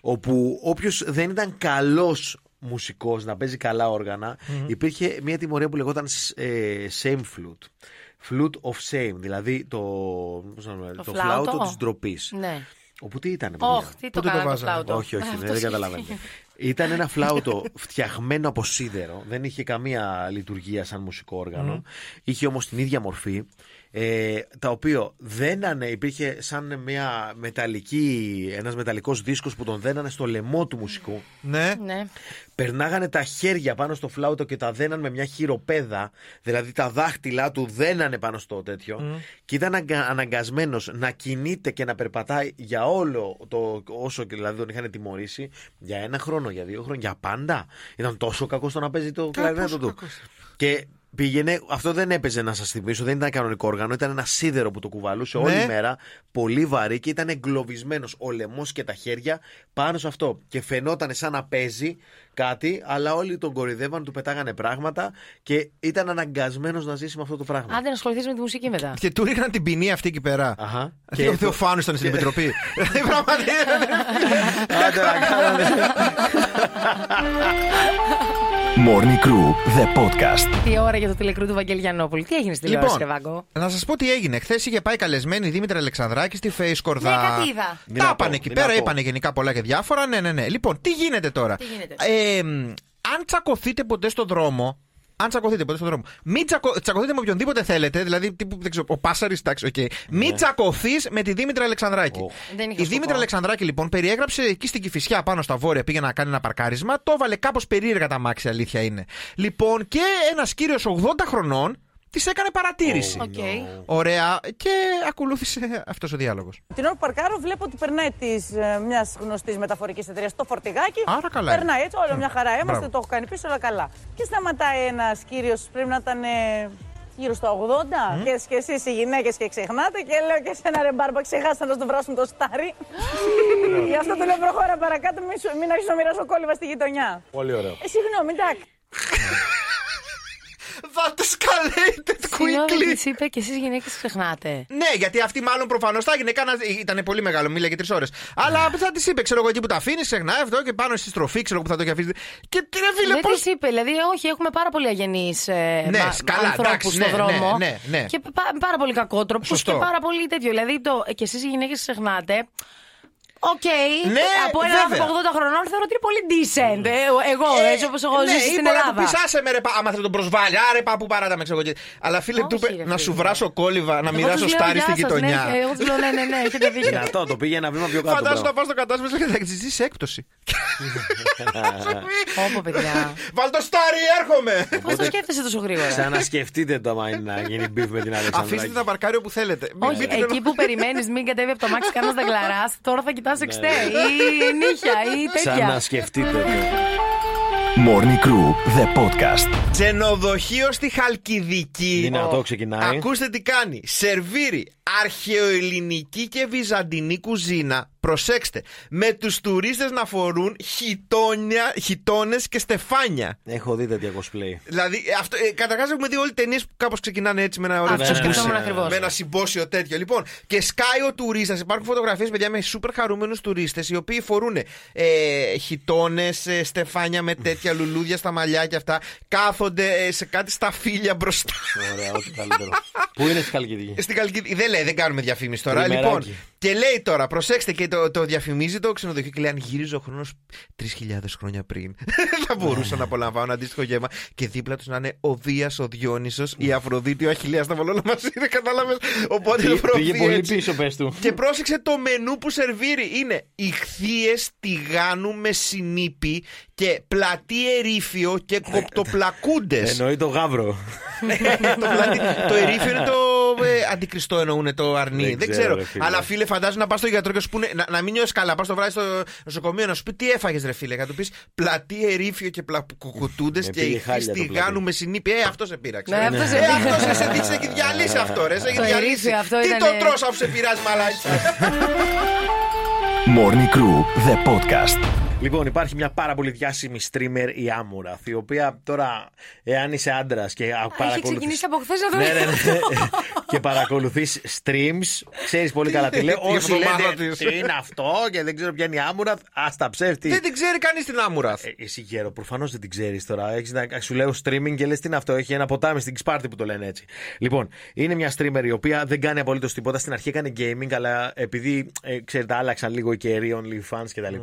[SPEAKER 5] όπου όποιος δεν ήταν καλός μουσικός να παίζει καλά όργανα, υπήρχε μια τιμωρία που λεγόταν ε, shame flute. Flute of shame, δηλαδή το, πώς να το, λέμε,
[SPEAKER 3] Το
[SPEAKER 5] το
[SPEAKER 3] φλάουτο.
[SPEAKER 5] φλάουτο της ντροπής.
[SPEAKER 3] Ναι.
[SPEAKER 5] Όπου τι ήταν,
[SPEAKER 3] Όχι, τι το
[SPEAKER 4] Πού το
[SPEAKER 3] κάνω το
[SPEAKER 4] βάζανε?
[SPEAKER 3] φλάουτο.
[SPEAKER 5] όχι, όχι, ναι,
[SPEAKER 3] Αυτός
[SPEAKER 5] δεν καταλαβαίνω.
[SPEAKER 3] είχε.
[SPEAKER 5] Ήταν ένα φλάουτο φτιαγμένο από σίδερο, δεν είχε καμία λειτουργία σαν μουσικό όργανο. Είχε όμως την ίδια μορφή. Ε, τα οποίο δένανε, υπήρχε σαν μια μεταλλική, ένας μεταλλικός δίσκος που τον δένανε στο λαιμό του μουσικού.
[SPEAKER 4] Ναι.
[SPEAKER 3] (laughs) Ναι.
[SPEAKER 5] Περνάγανε τα χέρια πάνω στο φλάουτο και τα δέναν με μια χειροπέδα. Δηλαδή τα δάχτυλά του δένανε πάνω στο τέτοιο. Και ήταν αγκα- αναγκασμένος να κινείται και να περπατάει για όλο το όσο και δηλαδή τον είχαν τιμωρήσει. Για ένα χρόνο, για δύο χρόνια, για πάντα. Ήταν τόσο κακός στο να παίζει το κλαρινέτο του. Και πήγαινε, αυτό δεν έπαιζε να σας θυμίσω, δεν ήταν κανονικό όργανο, ήταν ένα σίδερο που το κουβαλούσε
[SPEAKER 4] Ναι.
[SPEAKER 5] όλη μέρα, πολύ βαρύ και ήταν εγκλωβισμένος ο λαιμός και τα χέρια πάνω σε αυτό. Και φαινόταν σαν να παίζει κάτι, αλλά όλοι τον κορυδεύαν, του πετάγανε πράγματα και ήταν αναγκασμένος να ζήσει με αυτό το πράγμα.
[SPEAKER 3] Άντε να ασχοληθείς με τη μουσική μετά.
[SPEAKER 4] Και του ρίχναν την ποινή αυτή εκεί πέρα. (laughs)
[SPEAKER 5] Αχα.
[SPEAKER 4] Και ο Θεοφάνου ήταν στην (laughs) επιτροπή. Δηλαδή, πραγματικά,
[SPEAKER 5] Άντε να κάνανε.
[SPEAKER 2] Morning Crew, the podcast.
[SPEAKER 3] Τι ώρα για το τηλεκρού του Βαγγέλη Γιαννόπουλου. Τι έγινε στην
[SPEAKER 4] Λοιπόν,
[SPEAKER 3] τηλεόραση, ρε Βάγκο.
[SPEAKER 4] να σας πω τι έγινε. Χθες είχε πάει καλεσμένη η Δήμητρα Αλεξανδράκη στη Face Κορδά.
[SPEAKER 3] Ναι, κάτι είδα.
[SPEAKER 4] Τα
[SPEAKER 5] Δυνατό,
[SPEAKER 4] είπαν εκεί
[SPEAKER 5] δυνατό.
[SPEAKER 4] πέρα, είπαν γενικά πολλά και διάφορα. Ναι, ναι, ναι. Λοιπόν, τι γίνεται τώρα.
[SPEAKER 3] Τι γίνεται.
[SPEAKER 4] Ε, μ, αν τσακωθείτε ποτέ στον δρόμο. Αν τσακωθείτε ποτέ στον δρόμο. Μην τσακω... τσακωθείτε με οποιονδήποτε θέλετε. Δηλαδή, τύπου, δεν ξέρω, ο Πάσαρης, εντάξει, οκ. Μην τσακωθείς με τη Δήμητρα Αλεξανδράκη.
[SPEAKER 5] Οχ.
[SPEAKER 3] Δεν είχα
[SPEAKER 4] Η
[SPEAKER 3] σκοπό.
[SPEAKER 4] Δήμητρα Αλεξανδράκη, λοιπόν, περιέγραψε εκεί στην Κυφυσιά πάνω στα βόρεια. Πήγε να κάνει ένα παρκάρισμα. Το έβαλε κάπως περίεργα τα μάξια, αλήθεια είναι. Λοιπόν, και ένας κύριος 80 χρονών της έκανε παρατήρηση.
[SPEAKER 3] Οκ.
[SPEAKER 4] Ωραία. Και ακολούθησε αυτός ο διάλογος.
[SPEAKER 1] Την ώρα που παρκάρω, βλέπω ότι περνάει ε, τη μιας γνωστής μεταφορικής εταιρείας το φορτηγάκι.
[SPEAKER 4] Άρα καλά είναι.
[SPEAKER 1] Περνάει έτσι, όλα μια χαρά είμαστε,
[SPEAKER 4] Μπράβο.
[SPEAKER 1] το έχω κάνει πίσω, όλα καλά. Και σταματάει ένας κύριος, πρέπει να ήταν ε, γύρω στα 80. Και, και εσείς οι γυναίκες και ξεχνάτε. Και λέω και σε ένα ρεμπάρμπα, ξεχάσα να στο βράσουν το στάρι. Γι' αυτό του λέω προχώρα παρακάτω, μη σου- μην αρχίσω να μοιράσω κόλληβα στη γειτονιά.
[SPEAKER 5] Πολύ ωραίο.
[SPEAKER 1] Ε, συγγνώμη, εντάξει.
[SPEAKER 4] That escalated
[SPEAKER 3] Συγγνώμη,
[SPEAKER 4] quickly.
[SPEAKER 3] τη είπε και εσείς γυναίκες ξεχνάτε.
[SPEAKER 4] Ναι, γιατί αυτή μάλλον προφανώς τα έγινε. Κάνα... Ήταν πολύ μεγάλο, μίλα για τρεις ώρες. Αλλά
[SPEAKER 3] Ναι.
[SPEAKER 4] θα τη είπε, ξέρω εγώ, εκεί που τα αφήνεις, ξεχνάει αυτό και πάνω στη στροφή, ξέρω εγώ που θα το έχει αφήσει. Και τι ρε φίλε,
[SPEAKER 3] Δεν
[SPEAKER 4] πώς.
[SPEAKER 3] τη είπε, δηλαδή, όχι, έχουμε πάρα πολύ αγενείς ε,
[SPEAKER 4] Ναι,
[SPEAKER 3] μα-
[SPEAKER 4] σκαλά,
[SPEAKER 3] ανθρώπους
[SPEAKER 4] εντάξει,
[SPEAKER 3] στον
[SPEAKER 4] ναι,
[SPEAKER 3] δρόμο.
[SPEAKER 4] ναι, ναι, ναι.
[SPEAKER 3] Και πα- πάρα πολύ κακότροπους
[SPEAKER 4] Σωστό.
[SPEAKER 3] και πάρα πολύ τέτοιο. Δηλαδή, το, και εσείς οι γυναίκες ξεχνάτε. Οκ,
[SPEAKER 4] Ναι,
[SPEAKER 3] από έναν
[SPEAKER 4] βέβαια.
[SPEAKER 3] άνθρωπο 80 χρονών θεωρώ ότι είναι πολύ decent. Ε, ο- εγώ, έτσι όπως
[SPEAKER 4] ναι,
[SPEAKER 3] εγώ ζήσω στην Ελλάδα.
[SPEAKER 4] Πει, άσε με ρε, πα, άμα θα τον προσβάλλει, άρε πα που παράτα με ξέρω εγώ. και- Αλλά φίλε,
[SPEAKER 3] Όχι,
[SPEAKER 4] του
[SPEAKER 3] ρε,
[SPEAKER 4] είπε να
[SPEAKER 3] φίλε.
[SPEAKER 4] σου βράσω κόλυβα, να
[SPEAKER 3] Εγώ
[SPEAKER 4] μοιράσω
[SPEAKER 3] τους λέω,
[SPEAKER 4] στάρι
[SPEAKER 3] «Γεια
[SPEAKER 4] στην
[SPEAKER 3] σας»,
[SPEAKER 4] γειτονιά.
[SPEAKER 3] Ναι, εγώ τους λέω ναι, ναι, ναι, έχετε
[SPEAKER 4] (laughs)
[SPEAKER 3] δίκιο.
[SPEAKER 5] Δυνατό, το πήγε ένα βήμα πιο κάτω.
[SPEAKER 4] Φαντάζομαι να
[SPEAKER 5] μπράβο.
[SPEAKER 4] πα στο κατάστημα και θα ζήσει έκπτωση.
[SPEAKER 3] Όπω παιδιά.
[SPEAKER 4] Βάλ το στάρι, έρχομαι!
[SPEAKER 3] Πώς το σκέφτεσαι τόσο γρήγορα.
[SPEAKER 5] Ξανασκεφτείτε το άμα είναι να γίνει μπιφ με την Αλεξανδράκη.
[SPEAKER 4] Αφήστε τα παρκάρια όπου θέλετε. Μην
[SPEAKER 3] Όχι,
[SPEAKER 4] πείτε
[SPEAKER 3] εκεί που περιμένεις, μην κατέβει από το μάξι κανένα δαγκλαρά. Τώρα θα κοιτάς
[SPEAKER 4] Ναι.
[SPEAKER 3] εξτέ ή νύχια ή τέτοια.
[SPEAKER 5] Ξανασκεφτείτε το.
[SPEAKER 2] Morning Crew, the podcast.
[SPEAKER 4] Ξενοδοχείο στη Χαλκιδική.
[SPEAKER 5] Δυνατό ξεκινάει.
[SPEAKER 4] Ακούστε τι κάνει. Σερβίρει αρχαιοελληνική και βυζαντινή κουζίνα. Προσέξτε. Με τους τουρίστες να φορούν χιτώνες και στεφάνια.
[SPEAKER 5] Έχω δει τέτοια cosplay.
[SPEAKER 4] Δηλαδή, αυτό, ε, καταρχάς έχουμε δει όλοι ταινίες που κάπως ξεκινάνε έτσι με ένα ωραίο
[SPEAKER 3] Αυτό
[SPEAKER 4] τσιμπούσι.
[SPEAKER 5] σκεφτόμουν
[SPEAKER 3] ακριβώς.
[SPEAKER 4] Με ένα συμπόσιο τέτοιο. Λοιπόν, και σκάει ο τουρίστας. Υπάρχουν φωτογραφίες, παιδιά, με σούπερ χαρούμενους τουρίστες οι οποίοι φορούν ε, χιτώνες, ε, στεφάνια με τέτοια λουλούδια στα μαλλιά και αυτά. Κάθονται ε, σε κάτι στα φίλια μπροστά.
[SPEAKER 5] Ωραία, ό,τι
[SPEAKER 4] (laughs)
[SPEAKER 5] καλύτερο. Πού είναι στη Χαλκιδική.
[SPEAKER 4] Στην Καλκιδική. Δεν λέει, δεν κάνουμε διαφήμιση τώρα.
[SPEAKER 5] Τριμεράκι.
[SPEAKER 4] Λοιπόν, και λέει τώρα, προσέξτε και το, το διαφημίζει το ξενοδοχείο και λέει: Αν γύριζε ο χρόνος 3.000 χρόνια πριν, (laughs) θα μπορούσα να απολαμβάνω αντίστοιχο γεύμα. Και δίπλα τους να είναι ο Δίας, ο Διόνυσος, η Αφροδίτη, ο Αχηλέα. Τα βάλω όλα μαζί, δεν κατάλαβες. Οπότε
[SPEAKER 5] Πήγε-
[SPEAKER 4] προωθεί
[SPEAKER 5] Πήγε πολύ
[SPEAKER 4] έτσι.
[SPEAKER 5] πίσω, πες του.
[SPEAKER 4] Και πρόσεξε το μενού που σερβίρει. Είναι ηχθείες τηγάνου με συνήπι και πλατή ερήφιο
[SPEAKER 5] Ε,
[SPEAKER 4] και κοπτοπλακούντες.
[SPEAKER 5] Εννοεί το γάβρο.
[SPEAKER 4] το, πλάτη, το ερήφιο είναι το ε, αντικριστό εννοούν το αρνί. Δεν,
[SPEAKER 5] Δεν ξέρω,
[SPEAKER 4] ξέρω.
[SPEAKER 5] ρε φίλε.
[SPEAKER 4] Αλλά φίλε, φαντάζομαι να πας στο γιατρό και να σου πούνε να, να μην νιώσεις καλά. Πας το βράδυ στο νοσοκομείο να σου πει τι έφαγες, ρε φίλε. Και Να του πεις πλατή ερήφιο και πλακουκουτούντε
[SPEAKER 5] Με
[SPEAKER 4] και
[SPEAKER 5] πήγε
[SPEAKER 4] η
[SPEAKER 5] χάλια το πλατή.
[SPEAKER 4] στιγάνου με συνήπη. Ε, αυτό σε πείραξε.
[SPEAKER 3] Ναι,
[SPEAKER 4] Ε,
[SPEAKER 3] αυτό σε
[SPEAKER 4] ε,
[SPEAKER 3] πείραξε.
[SPEAKER 4] αυτό σε- σε δείξει, έχει
[SPEAKER 5] Ναι.
[SPEAKER 4] διαλύσει αυτό, ρε. Σε έχει
[SPEAKER 3] Το
[SPEAKER 4] διαλύσει.
[SPEAKER 3] ερήφιο αυτό
[SPEAKER 4] Τι
[SPEAKER 3] ήταν,
[SPEAKER 4] τον
[SPEAKER 3] ε.
[SPEAKER 4] τρως αφού σε πειράζει,
[SPEAKER 5] (laughs)
[SPEAKER 4] μαλάκι.
[SPEAKER 2] Morning Crew, the podcast.
[SPEAKER 5] Λοιπόν, υπάρχει μια πάρα πολύ διάσημη streamer η Άμουραθ, η οποία τώρα, εάν είσαι άντρας και παρακολουθεί.
[SPEAKER 3] Έχει ξεκινήσει από χθες να το
[SPEAKER 5] ναι, ναι, ναι. (laughs) και παρακολουθείς streams, ξέρεις πολύ καλά τι λέω.
[SPEAKER 4] Η
[SPEAKER 5] Όσοι
[SPEAKER 4] εβδομάδα
[SPEAKER 5] λέτε
[SPEAKER 4] της.
[SPEAKER 5] «Τι είναι αυτό και δεν ξέρω ποια είναι η Άμουραθ, ας τα ψεύτη.
[SPEAKER 4] Δεν την ξέρει κανείς την άμουρα.
[SPEAKER 5] Ε, εσύ γέρο, προφανώς δεν την ξέρεις τώρα. Έχεις να, σου λέω streaming και λες τι είναι αυτό. Έχει ένα ποτάμι στην Ξπάρτη που το λένε έτσι. Λοιπόν, είναι μια streamer η οποία δεν κάνει απολύτως τίποτα. Στην αρχή έκανε gaming, αλλά επειδή ε, ξέρετε, άλλαξαν λίγο οι καιροί, OnlyFans κτλ.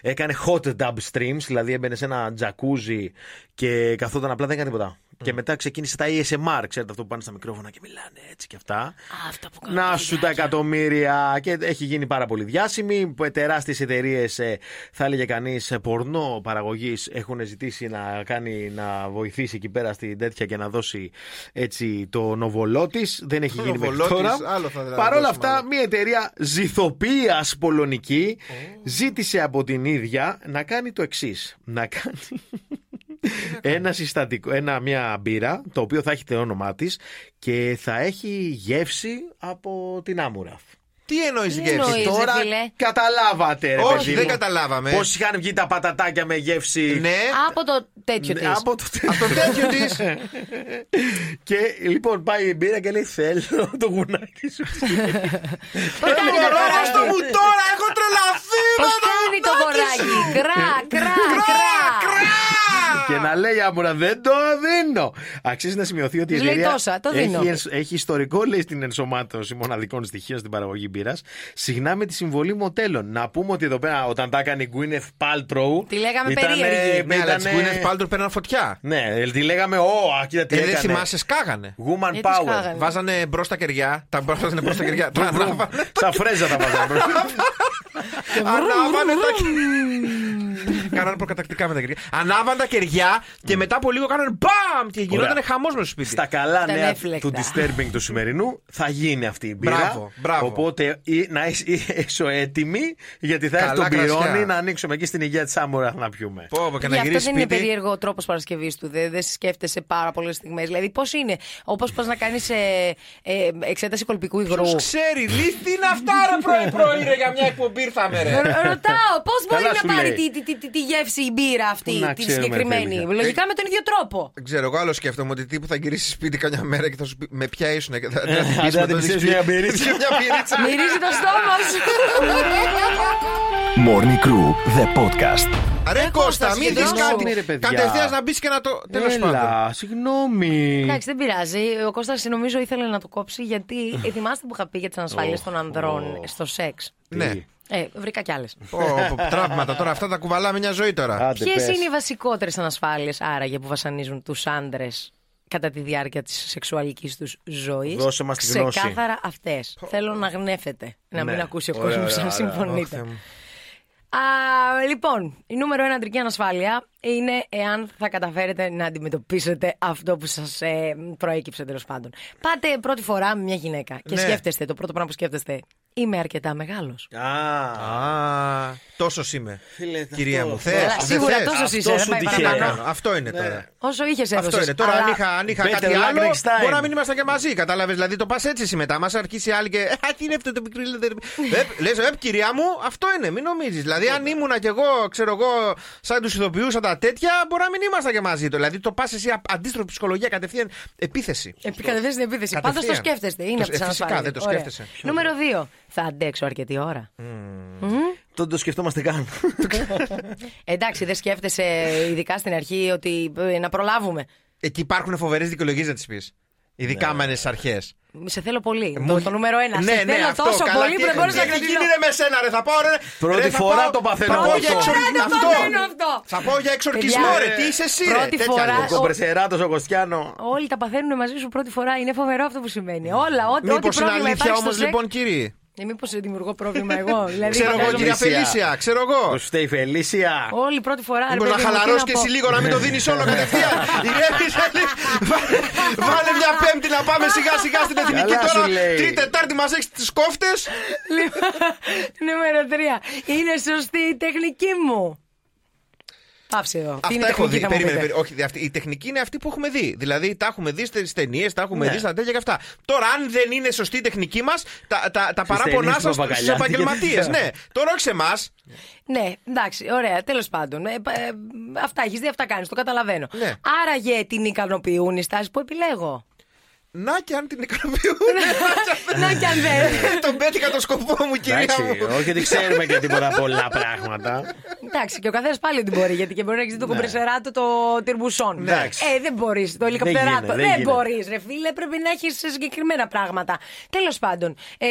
[SPEAKER 5] Έκανε hot dub streams, δηλαδή έμπαινε σε ένα τζακούζι και καθόταν απλά δεν έκανε τίποτα.
[SPEAKER 3] Ναι.
[SPEAKER 5] Και μετά ξεκίνησε τα ASMR, ξέρετε αυτό που πάνε στα μικρόφωνα και μιλάνε έτσι και αυτά.
[SPEAKER 3] Αυτό που κάνω.
[SPEAKER 5] Να σου τα εκατομμύρια. Και έχει γίνει πάρα πολύ διάσημη. Τεράστιες εταιρείες, θα έλεγε κανείς, πορνό παραγωγής έχουν ζητήσει να, κάνει, να βοηθήσει εκεί πέρα στην τέτοια και να δώσει έτσι το νοβολό της. Δεν έχει γίνει μέχρι
[SPEAKER 4] νοβολό
[SPEAKER 5] τώρα.
[SPEAKER 4] της, άλλο θα δηλαδή
[SPEAKER 5] Παρ' όλα
[SPEAKER 4] δώσουμε,
[SPEAKER 5] αυτά,
[SPEAKER 4] άλλο.
[SPEAKER 5] μια εταιρεία ζηθοποιία πολωνική ζήτησε από την ίδια να κάνει το εξής. Να κάνει ένα συστατικό, ένα, μια μπύρα, το οποίο θα έχει το όνομά της και θα έχει γεύση από την άμουρα.
[SPEAKER 4] Τι εννοείς
[SPEAKER 3] εννοείς,
[SPEAKER 4] γεύση.
[SPEAKER 3] ρε
[SPEAKER 5] Τώρα
[SPEAKER 3] φίλε.
[SPEAKER 5] καταλάβατε, ρε
[SPEAKER 4] Ε, Όχι,
[SPEAKER 5] παιδί
[SPEAKER 4] δεν
[SPEAKER 5] μου.
[SPEAKER 4] καταλάβαμε.
[SPEAKER 5] Πώς είχαν βγει τα πατατάκια με γεύση.
[SPEAKER 4] Ναι,
[SPEAKER 3] Από το τέτοιο τη.
[SPEAKER 5] Ναι, Από το
[SPEAKER 4] από το τέτοιο
[SPEAKER 3] (laughs)
[SPEAKER 4] της.
[SPEAKER 5] (laughs) Και λοιπόν πάει η μπύρα και λέει: Θέλω το γουνάκι
[SPEAKER 4] (laughs)
[SPEAKER 5] σου.
[SPEAKER 3] Πώς κάνει το
[SPEAKER 4] Μπορώ,
[SPEAKER 3] κοράκι.
[SPEAKER 4] δώσ' το μου τώρα, έχω τρελαθεί.
[SPEAKER 3] Πώς
[SPEAKER 4] μάνα,
[SPEAKER 3] κάνει το
[SPEAKER 4] μάνα,
[SPEAKER 3] κοράκι. Κρά, κρά, κρά.
[SPEAKER 4] κρά.
[SPEAKER 5] και να λέει άμουρα δεν το δίνω. Αξίζει να σημειωθεί ότι η
[SPEAKER 3] Λέει
[SPEAKER 5] εταιρεία
[SPEAKER 3] τόσα, το δίνω.
[SPEAKER 5] έχει, ενσ- έχει ιστορικό λέει στην ενσωμάτωση μοναδικών στοιχείων στην παραγωγή μπύρας. Συχνά με τη συμβολή μοτέλων. Να πούμε ότι εδώ πέρα όταν τα έκανε η Gwyneth Paltrow.
[SPEAKER 3] Τη λέγαμε
[SPEAKER 5] ήτανε-
[SPEAKER 3] περίεργη.
[SPEAKER 4] Ναι, αλλά τη
[SPEAKER 5] ήτανε-
[SPEAKER 4] Gwyneth Paltrow παίρναν φωτιά.
[SPEAKER 5] Ναι, ε, τη λέγαμε, Ω, α, κοίτα τι
[SPEAKER 4] Ε,
[SPEAKER 5] έκανε.
[SPEAKER 4] δεν θυμάσαι, σκάγανε.
[SPEAKER 5] Woman
[SPEAKER 3] Γιατί
[SPEAKER 5] Power.
[SPEAKER 3] Ε, σκάγανε.
[SPEAKER 4] Βάζανε μπρος τα κεριά. Τα μπρος είναι μπρο τα κεριά. Τα ανάβανε.
[SPEAKER 3] (laughs)
[SPEAKER 5] (laughs) Σαν φρέζα τα βάζαμε.
[SPEAKER 4] Ανάβανε τα κεριά. κάνανε προκατακτικά με τα κεριά. Ανάβαν τα κεριά και μετά από λίγο κάνανε μπαμ και γινόταν
[SPEAKER 5] Ωραία.
[SPEAKER 4] χαμό με στο σπίτι.
[SPEAKER 5] Στα καλά
[SPEAKER 3] Ήταν
[SPEAKER 5] νέα
[SPEAKER 3] έφλεκτα.
[SPEAKER 5] του disturbing του σημερινού θα γίνει αυτή η μπύρα.
[SPEAKER 4] Μπράβο, μπράβο.
[SPEAKER 5] Οπότε ή- να είσαι- είσαι έτοιμη γιατί θα έρθει
[SPEAKER 4] Καλά
[SPEAKER 5] τον πυρώνι
[SPEAKER 4] κρασιά.
[SPEAKER 5] να ανοίξουμε εκεί στην υγεία της Άμορα να πιούμε.
[SPEAKER 4] Πω, πω, και να
[SPEAKER 3] Γι' αυτό
[SPEAKER 4] γυρίσει
[SPEAKER 3] δεν είναι
[SPEAKER 4] σπίτι.
[SPEAKER 3] περίεργο ο τρόπος Παρασκευής του. Δεν, δεν σκέφτεσαι πάρα πολλές στιγμές. Δηλαδή, πώς είναι, όπως πας να κάνεις ε, ε, εξέταση κολπικού υγρού.
[SPEAKER 4] Ποιος ξέρει, λύθη τι είναι αυτά ρε πρωί-πρωί ρε, για μια εκπομπή ήρθαμε ρε.
[SPEAKER 3] Ρω- Ε, Ρωτάω, πώς μπορεί
[SPEAKER 5] Καλά σου
[SPEAKER 3] να πάρει
[SPEAKER 5] λέει.
[SPEAKER 3] τη, τη, τη, τη, τη γεύση η μπύρα αυτή,
[SPEAKER 5] Πού να
[SPEAKER 3] τη
[SPEAKER 5] ξέρουμε,
[SPEAKER 3] συγκεκριμένη.
[SPEAKER 5] παιδιά.
[SPEAKER 3] Λογικά με τον ίδιο τρόπο.
[SPEAKER 4] Δεν ξέρω, εγώ άλλο σκέφτομαι ότι τύπου θα γυρίσει σπίτι καμιά μέρα και θα σου πει με ποια ήσουν και θα θα
[SPEAKER 3] Ε,
[SPEAKER 4] την
[SPEAKER 5] Άντε,
[SPEAKER 4] πεις με
[SPEAKER 5] άντε,
[SPEAKER 4] το
[SPEAKER 5] ψήσεις
[SPEAKER 4] σπίτι.
[SPEAKER 5] μια
[SPEAKER 4] (laughs)
[SPEAKER 5] μπυρίτσα.
[SPEAKER 4] Μια
[SPEAKER 3] (laughs)
[SPEAKER 5] Ε,
[SPEAKER 4] μπυρίτσα.
[SPEAKER 3] Μυρίζει το στόμα σου.
[SPEAKER 5] (laughs)
[SPEAKER 2] Morning Crew, the podcast.
[SPEAKER 5] Ε,
[SPEAKER 4] Ρε Κώστα, μην δεις
[SPEAKER 3] σχεδόν.
[SPEAKER 4] κάτι.
[SPEAKER 5] Συγγνώμη, Ναι, ρε, παιδιά.
[SPEAKER 4] Κατευθείαν να μπεις και να το. Τέλος πάντων.
[SPEAKER 5] Έλα, συγγνώμη.
[SPEAKER 3] Εντάξει, δεν πειράζει. Ο Κώστας νομίζω ήθελε να το κόψει γιατί ε, θυμάστε που είχα πει για τις ανασφάλειες των ανδρών στο σεξ.
[SPEAKER 4] Ναι.
[SPEAKER 3] Ε, βρήκα κι άλλες.
[SPEAKER 4] Πω, πω, Τραύματα τώρα, αυτά τα κουβαλάμε μια ζωή τώρα.
[SPEAKER 5] Άντε,
[SPEAKER 3] Ποιες
[SPEAKER 5] πες.
[SPEAKER 3] είναι οι βασικότερες ανασφάλειες άραγε που βασανίζουν τους άντρες κατά τη διάρκεια της σεξουαλικής τους ζωής.
[SPEAKER 5] Δώσε μας τη γνώση.
[SPEAKER 3] Ξεκάθαρα αυτές. Θέλω να γνέφετε. Να
[SPEAKER 5] Ναι.
[SPEAKER 3] μην ακούσει ο
[SPEAKER 5] Ωραία,
[SPEAKER 3] κόσμος,
[SPEAKER 5] ωραία,
[SPEAKER 3] αν
[SPEAKER 5] ωραία.
[SPEAKER 3] συμφωνείτε. Α, λοιπόν, η νούμερο ένα αντρική ανασφάλεια είναι εάν θα καταφέρετε να αντιμετωπίσετε αυτό που σας ε, προέκυψε τέλος πάντων. Πάτε πρώτη φορά με μια γυναίκα και
[SPEAKER 4] Ναι.
[SPEAKER 3] σκέφτεστε, το πρώτο πράγμα που σκέφτεστε, είμαι αρκετά μεγάλος.
[SPEAKER 5] Α,
[SPEAKER 4] Α, τόσος είμαι.
[SPEAKER 5] Φίλε,
[SPEAKER 4] Κυρία
[SPEAKER 5] αυτό-
[SPEAKER 4] μου, θες,
[SPEAKER 3] Καλά,
[SPEAKER 4] δεν
[SPEAKER 3] σίγουρα
[SPEAKER 4] θες?
[SPEAKER 3] τόσος
[SPEAKER 5] Αυτό
[SPEAKER 3] είσαι, δεν
[SPEAKER 5] σου
[SPEAKER 3] πάει
[SPEAKER 5] τυχαίο.
[SPEAKER 4] Να
[SPEAKER 3] παραπάνω.
[SPEAKER 4] κάνω, Αυτό
[SPEAKER 5] Ναι.
[SPEAKER 4] είναι τώρα.
[SPEAKER 3] Όσο είχες έδωσε.
[SPEAKER 4] Αυτό είναι. Τώρα, αν είχα, αν είχα
[SPEAKER 5] Better
[SPEAKER 4] κάτι
[SPEAKER 5] luck
[SPEAKER 4] άλλο,
[SPEAKER 5] next time.
[SPEAKER 4] μπορεί να μην ήμασταν και μαζί. Κατάλαβες. Δηλαδή το πας έτσι συμμετά. Μας αρχίσει άλλη και. Α, τι είναι αυτό το μικρό. Λε, επ, κυρία μου, αυτό είναι. Μην νομίζεις. Δηλαδή, αν ήμουνα κι εγώ, ξέρω εγώ, σαν τους ειδοποιού, σαν τα τέτοια, μπορεί να μην ήμασταν και μαζί. Δηλαδή το πας εσύ α- αντίστροφη ψυχολογία κατευθείαν επίθεση.
[SPEAKER 3] Επικατευθείαν στην επίθεση. Πάντω
[SPEAKER 4] Κατευθείαν.
[SPEAKER 3] το σκέφτεστε. Είναι
[SPEAKER 4] Το-
[SPEAKER 3] από τις
[SPEAKER 4] ε, φυσικά,
[SPEAKER 3] ανασφάλειες.
[SPEAKER 4] δεν το
[SPEAKER 3] Ωραία.
[SPEAKER 4] σκέφτεσαι.
[SPEAKER 3] Νούμερο 2. Θα αντέξω αρκετή ώρα.
[SPEAKER 5] δεν το σκεφτόμαστε καν.
[SPEAKER 3] Εντάξει, δεν σκέφτεσαι ειδικά στην αρχή ότι ε, να προλάβουμε.
[SPEAKER 4] Εκεί υπάρχουν φοβερές δικαιολογίες να τις πεις. Ειδικά
[SPEAKER 5] Ναι.
[SPEAKER 4] άμα είναι στι αρχές.
[SPEAKER 3] Σε θέλω πολύ. Το, το νούμερο 1.
[SPEAKER 4] Ε, Ναι,
[SPEAKER 3] σε
[SPEAKER 4] ναι,
[SPEAKER 3] θέλω
[SPEAKER 4] αυτό,
[SPEAKER 3] τόσο
[SPEAKER 4] καλά. Ε,
[SPEAKER 3] πολύ
[SPEAKER 4] Τι-
[SPEAKER 3] που δεν μπορεί
[SPEAKER 4] τι
[SPEAKER 3] να
[SPEAKER 4] έχει
[SPEAKER 3] κρατήσω.
[SPEAKER 4] γίνει, ρε, με σένα, ρε. Θα πάω, ρε.
[SPEAKER 5] Πρώτη
[SPEAKER 4] ρε, θα
[SPEAKER 5] φορά
[SPEAKER 4] πάω-
[SPEAKER 5] το παθαίνω
[SPEAKER 4] θα πάω
[SPEAKER 5] αυτό.
[SPEAKER 4] για
[SPEAKER 5] Πρώτη
[SPEAKER 3] φορά το
[SPEAKER 4] εξορκισμό.
[SPEAKER 3] παθαίνω αυτό.
[SPEAKER 4] Θα πάω για εξορκισμό,
[SPEAKER 3] Παιδιά,
[SPEAKER 4] ρε. Τι είσαι εσύ, ρε.
[SPEAKER 3] πρώτη
[SPEAKER 4] Τέτοια
[SPEAKER 3] φορά-
[SPEAKER 4] λέω.
[SPEAKER 5] Ο κομπρεσεράτος ο Κωστιάνο.
[SPEAKER 3] Όλοι τα παθαίνουν μαζί σου πρώτη φορά. Είναι φοβερό αυτό που σημαίνει. Όλα, ό,τι ό,τι
[SPEAKER 4] Μήπω είναι
[SPEAKER 3] πρόβλημα
[SPEAKER 4] αλήθεια
[SPEAKER 3] υπάρχει
[SPEAKER 4] όμω,
[SPEAKER 3] στο σεξ.
[SPEAKER 4] λοιπόν, κύριε.
[SPEAKER 3] Μήπως δημιουργώ πρόβλημα
[SPEAKER 4] (laughs)
[SPEAKER 3] εγώ. Δηλαδή,
[SPEAKER 4] Ξέρω εγώ,
[SPEAKER 3] φαντάζομαι-
[SPEAKER 4] κυρία
[SPEAKER 5] Φελίσια.
[SPEAKER 4] Φελίσια, ξέρω εγώ.
[SPEAKER 5] Πώ φταίει η Φελίσια.
[SPEAKER 3] Όλη πρώτη φορά. ρε
[SPEAKER 4] Μήπως να
[SPEAKER 3] παιδί μου, τι
[SPEAKER 4] χαλαρώσεις και
[SPEAKER 3] πω. Ναι.
[SPEAKER 4] εσύ λίγο, να μην το δίνεις όλο κατευθείαν. Ηρέμησε λίγο.
[SPEAKER 3] (laughs)
[SPEAKER 4] Βάλε- Βάλε μια πέμπτη να πάμε σιγά σιγά στην εθνική
[SPEAKER 5] Καλά σου
[SPEAKER 4] τώρα.
[SPEAKER 5] λέει.
[SPEAKER 4] Τρίτη, Τετάρτη μας έχεις τις κόφτες.
[SPEAKER 3] Λοιπόν, Νούμερο 3. Είναι σωστή η τεχνική μου. Πάψε εδώ. Τι είναι η
[SPEAKER 4] Αυτά έχω
[SPEAKER 3] τεχνική,
[SPEAKER 4] δει.
[SPEAKER 3] θα μου
[SPEAKER 4] Περίμενε,
[SPEAKER 3] πείτε.
[SPEAKER 4] περί- όχι, αυτή- η τεχνική είναι αυτή που έχουμε δει. Δηλαδή τα έχουμε δει στις ταινίες, τα έχουμε
[SPEAKER 3] Ναι.
[SPEAKER 4] δει στα τέτοια και αυτά. Τώρα, αν δεν είναι σωστή η τεχνική μας, τα, τα, τα παράπονά
[SPEAKER 5] ταινίες
[SPEAKER 4] σας
[SPEAKER 5] που
[SPEAKER 4] στους
[SPEAKER 5] παπαγκαλιάστηκε.
[SPEAKER 4] επαγγελματίες. Ναι, τώρα όχι σε εμάς.
[SPEAKER 3] Ναι, εντάξει, ωραία, τέλος πάντων. Ε, ε, αυτά έχεις δει, αυτά κάνεις, το καταλαβαίνω.
[SPEAKER 4] Ναι.
[SPEAKER 3] Άραγε την ικανοποιούν οι στάσεις που επιλέγω.
[SPEAKER 4] Να και αν την ικανοποιούν.
[SPEAKER 3] Ναι.
[SPEAKER 4] (laughs)
[SPEAKER 3] Να κι αν δεν.
[SPEAKER 4] Τον πέτυχα το σκοπό μου, κυρία
[SPEAKER 5] Εντάξει,
[SPEAKER 4] μου.
[SPEAKER 5] όχι ότι ξέρουμε και τίποτα πολλά πράγματα.
[SPEAKER 3] Εντάξει, και ο καθένας πάλι την μπορεί, γιατί και μπορεί να έχεις δει το κομπρεσεράτο το τυρμπουσόν.
[SPEAKER 5] Εντάξει.
[SPEAKER 3] Ε, δεν μπορείς. Το ελικοπτεράτο.
[SPEAKER 5] γίνεται,
[SPEAKER 3] Δεν,
[SPEAKER 5] δεν γίνεται.
[SPEAKER 3] μπορείς, ρε φίλε, πρέπει να έχεις συγκεκριμένα πράγματα. Τέλος πάντων, ε,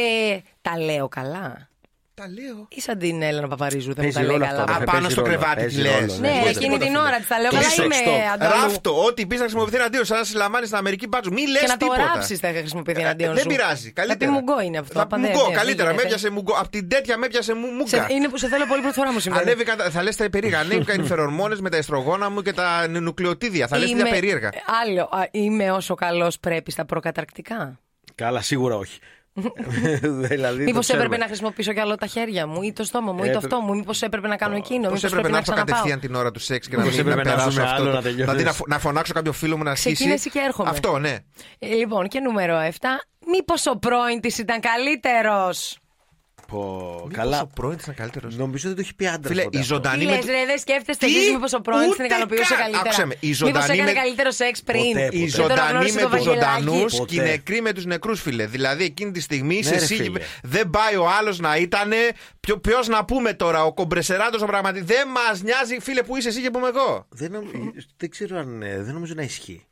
[SPEAKER 3] τα λέω καλά.
[SPEAKER 4] Τα λέω.
[SPEAKER 3] Ή σαν την Έλενα Παπαρίζου, δεν μου
[SPEAKER 5] Παίζει
[SPEAKER 3] τα λέει
[SPEAKER 5] ρόλο
[SPEAKER 3] καλά.
[SPEAKER 5] αυτό.
[SPEAKER 4] Α,
[SPEAKER 5] ρε,
[SPEAKER 4] πάνω
[SPEAKER 5] παίζει
[SPEAKER 4] στο
[SPEAKER 5] ρόλο,
[SPEAKER 4] κρεβάτι
[SPEAKER 5] παίζει
[SPEAKER 4] τη λες.
[SPEAKER 5] ρόλο,
[SPEAKER 3] Ναι,
[SPEAKER 5] δεν γίνεται
[SPEAKER 3] εκείνη
[SPEAKER 5] τίποτα,
[SPEAKER 3] την
[SPEAKER 5] φίλε.
[SPEAKER 3] ώρα της τα λέω.
[SPEAKER 5] Το
[SPEAKER 3] Καλά
[SPEAKER 5] ίσο,
[SPEAKER 3] είμαι
[SPEAKER 5] εξτό.
[SPEAKER 3] αντάλλου.
[SPEAKER 4] Ράφτο, ό,τι πεις να χρησιμοποιηθεί εναντίον σου, να συλλαμβάνει στην Αμερική μπάτσου. Μη λες
[SPEAKER 3] Και να το
[SPEAKER 4] τίποτα. Ε,
[SPEAKER 3] ράψεις θα χρησιμοποιηθεί εναντίον σου.
[SPEAKER 4] Δεν πειράζει. Καλύτερα.
[SPEAKER 3] Θα πει μουγκό είναι αυτό.
[SPEAKER 4] Θα πει
[SPEAKER 3] πάντα
[SPEAKER 4] μουγκό,
[SPEAKER 3] έτσι,
[SPEAKER 4] καλύτερα.
[SPEAKER 3] γίνεται.
[SPEAKER 4] Με έπιασε μουγκό. Απ' την τέτοια με έπιασε μου, μουγκα.
[SPEAKER 3] ναι. Σε- Είναι που σε θέλω πολύ πρώτη φορά μου συμβαίνει.
[SPEAKER 4] Ανέβηκα, τα- θα λες τα περίεργα. Ανέβηκαν
[SPEAKER 5] (laughs)
[SPEAKER 4] οι φερορμόνες με τα εστρογόνα μου και τα νουκλεοτίδια. Θα λες μια
[SPEAKER 3] Είμαι- Ε,
[SPEAKER 4] περίεργα.
[SPEAKER 3] Άλλο. α, Είμαι όσο καλός πρέπει στα προκαταρκτικά.
[SPEAKER 5] Καλά, σίγουρα
[SPEAKER 3] (laughs)
[SPEAKER 5] όχι. δηλαδή, το
[SPEAKER 3] Μήπω
[SPEAKER 5] ξέρουμε.
[SPEAKER 3] έπρεπε να χρησιμοποιήσω κι άλλο τα χέρια μου ή το στόμα μου ή
[SPEAKER 4] Ε,
[SPEAKER 3] το
[SPEAKER 5] Έπρεπε-
[SPEAKER 3] αυτό μου. Μήπως έπρεπε να κάνω εκείνο.
[SPEAKER 4] Πώς
[SPEAKER 3] μήπως
[SPEAKER 4] Ε, έπρεπε
[SPEAKER 3] πρέπει
[SPEAKER 4] να έρθω
[SPEAKER 3] ξαναπάω.
[SPEAKER 4] κατευθείαν την ώρα του σεξ και να
[SPEAKER 5] Πώς
[SPEAKER 4] μην
[SPEAKER 5] έπρεπε
[SPEAKER 4] να
[SPEAKER 5] να
[SPEAKER 4] περάσουμε
[SPEAKER 5] πάμε άλλο,
[SPEAKER 4] αυτό.
[SPEAKER 5] να τελειώσεις.
[SPEAKER 4] Δηλαδή να φω- να φωνάξω κάποιο φίλο μου να σκίσει.
[SPEAKER 3] Ξεκίνησε και έρχομαι.
[SPEAKER 4] Αυτό, ναι.
[SPEAKER 3] Ε, Λοιπόν, και νούμερο 7. Μήπως ο πρώην της ήταν καλύτερος.
[SPEAKER 5] Πω,
[SPEAKER 4] Καλά.
[SPEAKER 5] καλά.
[SPEAKER 4] Ο πρώην ήταν καλύτερος.
[SPEAKER 5] Νομίζω δεν το έχει πει άντρας.
[SPEAKER 4] Φίλε,
[SPEAKER 5] ποτέ
[SPEAKER 4] η
[SPEAKER 3] Τι
[SPEAKER 5] αυτό.
[SPEAKER 4] ζωντανή.
[SPEAKER 3] λε,
[SPEAKER 4] με-
[SPEAKER 3] ρε, δεν σκέφτεστε
[SPEAKER 4] Τι,
[SPEAKER 3] εσεί μήπως ο πρώην
[SPEAKER 4] ούτε
[SPEAKER 3] την ικανοποιούσε
[SPEAKER 4] καν.
[SPEAKER 3] καλύτερα.
[SPEAKER 4] Άκουσε με, η
[SPEAKER 3] Μήπως
[SPEAKER 4] ζωντανή
[SPEAKER 3] έκανε
[SPEAKER 4] με-
[SPEAKER 3] καλύτερο σεξ πριν.
[SPEAKER 5] Ποτέ,
[SPEAKER 4] Η
[SPEAKER 5] ποτέ.
[SPEAKER 3] Δεν τον
[SPEAKER 4] ζωντανή
[SPEAKER 3] αγνώρισε
[SPEAKER 4] με
[SPEAKER 3] το
[SPEAKER 4] τους
[SPEAKER 3] Βαγγελάκη.
[SPEAKER 4] ζωντανούς
[SPEAKER 5] Ποτέ. Ναι,
[SPEAKER 4] και οι νεκροί με τους νεκρούς, φίλε. Δηλαδή εκείνη τη στιγμή είσαι
[SPEAKER 5] ρε,
[SPEAKER 4] εσύ.
[SPEAKER 5] φίλε.
[SPEAKER 4] Δεν πάει ο άλλος να ήταν. Ποιο να πούμε τώρα, ο κομπρεσεράτος ο πραγματικό. Δεν μας νοιάζει, φίλε, που είσαι εσύ και που είμαι εγώ.
[SPEAKER 5] Δεν, νομ- δεν ξέρω αν. ε, Δεν νομίζω να ισχύει.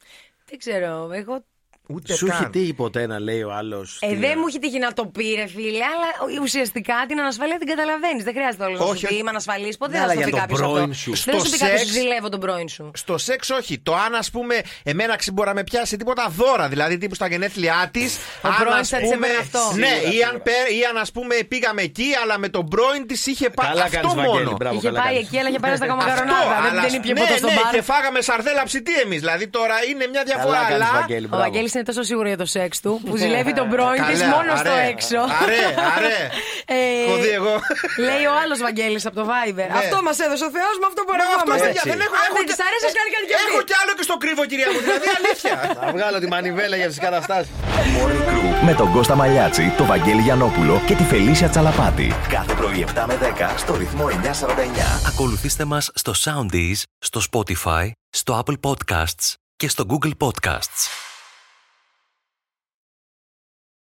[SPEAKER 3] Δεν ξέρω, εγώ
[SPEAKER 4] Ούτε
[SPEAKER 5] Σου έχει
[SPEAKER 4] καν.
[SPEAKER 5] τύχει ποτέ να λέει ο άλλος.
[SPEAKER 3] Ε, δεν μου έχει τύχει να το πει, ρε φίλε, αλλά ουσιαστικά την ανασφάλεια την καταλαβαίνεις. Δεν χρειάζεται όλος να
[SPEAKER 4] Όχι,
[SPEAKER 3] σου πει
[SPEAKER 4] όχι.
[SPEAKER 3] Είμαι ανασφαλής. Ποτέ
[SPEAKER 5] Ναι,
[SPEAKER 3] δεν θα
[SPEAKER 5] αλλά
[SPEAKER 3] σου
[SPEAKER 5] για
[SPEAKER 3] πει
[SPEAKER 5] τον
[SPEAKER 3] κάποιος
[SPEAKER 5] πρώην
[SPEAKER 3] αυτό.
[SPEAKER 5] σου.
[SPEAKER 3] Δεν θα
[SPEAKER 4] Στο
[SPEAKER 3] σου πει κάποιος
[SPEAKER 4] σεξ-
[SPEAKER 3] ζηλεύω τον πρώην σου.
[SPEAKER 4] Στο σεξ όχι. Το αν ας πούμε εμένα μπορεί να με πιάσει τίποτα δώρα. Δηλαδή τύπου στα γενέθλιά της.
[SPEAKER 3] πρώην της θα της έμενε αυτό.
[SPEAKER 4] Ναι,
[SPEAKER 5] Σίγουρα,
[SPEAKER 4] ή αν, πε- ή αν ας πούμε πήγαμε εκεί, αλλά με τον πρώην της είχε πάει.
[SPEAKER 5] Καλά
[SPEAKER 4] Αυτό
[SPEAKER 5] κάνεις Βαγγέλη,
[SPEAKER 4] μόνο.
[SPEAKER 5] μπράβο.
[SPEAKER 3] Είχε
[SPEAKER 5] καλά
[SPEAKER 3] πάει
[SPEAKER 5] κάνεις.
[SPEAKER 3] εκεί, αλλά είχε
[SPEAKER 4] (laughs)
[SPEAKER 3] πάει στα
[SPEAKER 4] Αυτό,
[SPEAKER 3] καμακαρονάδα. Δεν,
[SPEAKER 4] αλλά
[SPEAKER 3] δεν ήπια
[SPEAKER 4] ναι,
[SPEAKER 3] ποτό στο
[SPEAKER 4] ναι,
[SPEAKER 3] μπαρ.
[SPEAKER 4] και φάγαμε σαρδέλα ψητή εμείς. Δηλαδή τώρα είναι μια διαφορά.
[SPEAKER 5] Καλά κάνεις,
[SPEAKER 4] αλλά...
[SPEAKER 5] Βαγγέλη,
[SPEAKER 3] Ο
[SPEAKER 5] μπράβο.
[SPEAKER 3] Βαγγέλης είναι τόσο σίγουρο για το σεξ του που ζηλεύει τον πρώην τη
[SPEAKER 4] Ναι. Καλά,
[SPEAKER 3] μόνος στο
[SPEAKER 4] αρέ,
[SPEAKER 3] έξω.
[SPEAKER 4] αρέ, αρέ.
[SPEAKER 3] Ε,
[SPEAKER 4] Έχω δει εγώ.
[SPEAKER 3] Λέει ο άλλος Βαγγέλης από το Viber. Αυτό μας έδωσε ο Θεός, Ναι. με αυτό
[SPEAKER 4] Μα αυτό
[SPEAKER 3] πορευόμαστε.
[SPEAKER 4] παιδιά, δεν έχω.
[SPEAKER 3] Αν
[SPEAKER 4] έχω
[SPEAKER 3] δεν
[SPEAKER 4] και-
[SPEAKER 3] τη αρέσει, κάνει κάτι και
[SPEAKER 4] Έχω
[SPEAKER 3] αυτή.
[SPEAKER 4] κι άλλο και στο κρύβο, κυρία μου. Δηλαδή αλήθεια.
[SPEAKER 5] Θα βγάλω τη μανιβέλα για τις καταστάσεις.
[SPEAKER 2] Morning Crew με τον Κώστα Μαλιάτση, τον Βαγγέλη Γιανόπουλο και τη Φελίσια Τσαλαπάτη. Κάθε πρωί 7 με 10 στο ρυθμό 949.
[SPEAKER 6] Ακολουθήστε μας στο Soundees, στο Spotify, στο Apple Podcasts και στο Google Podcasts.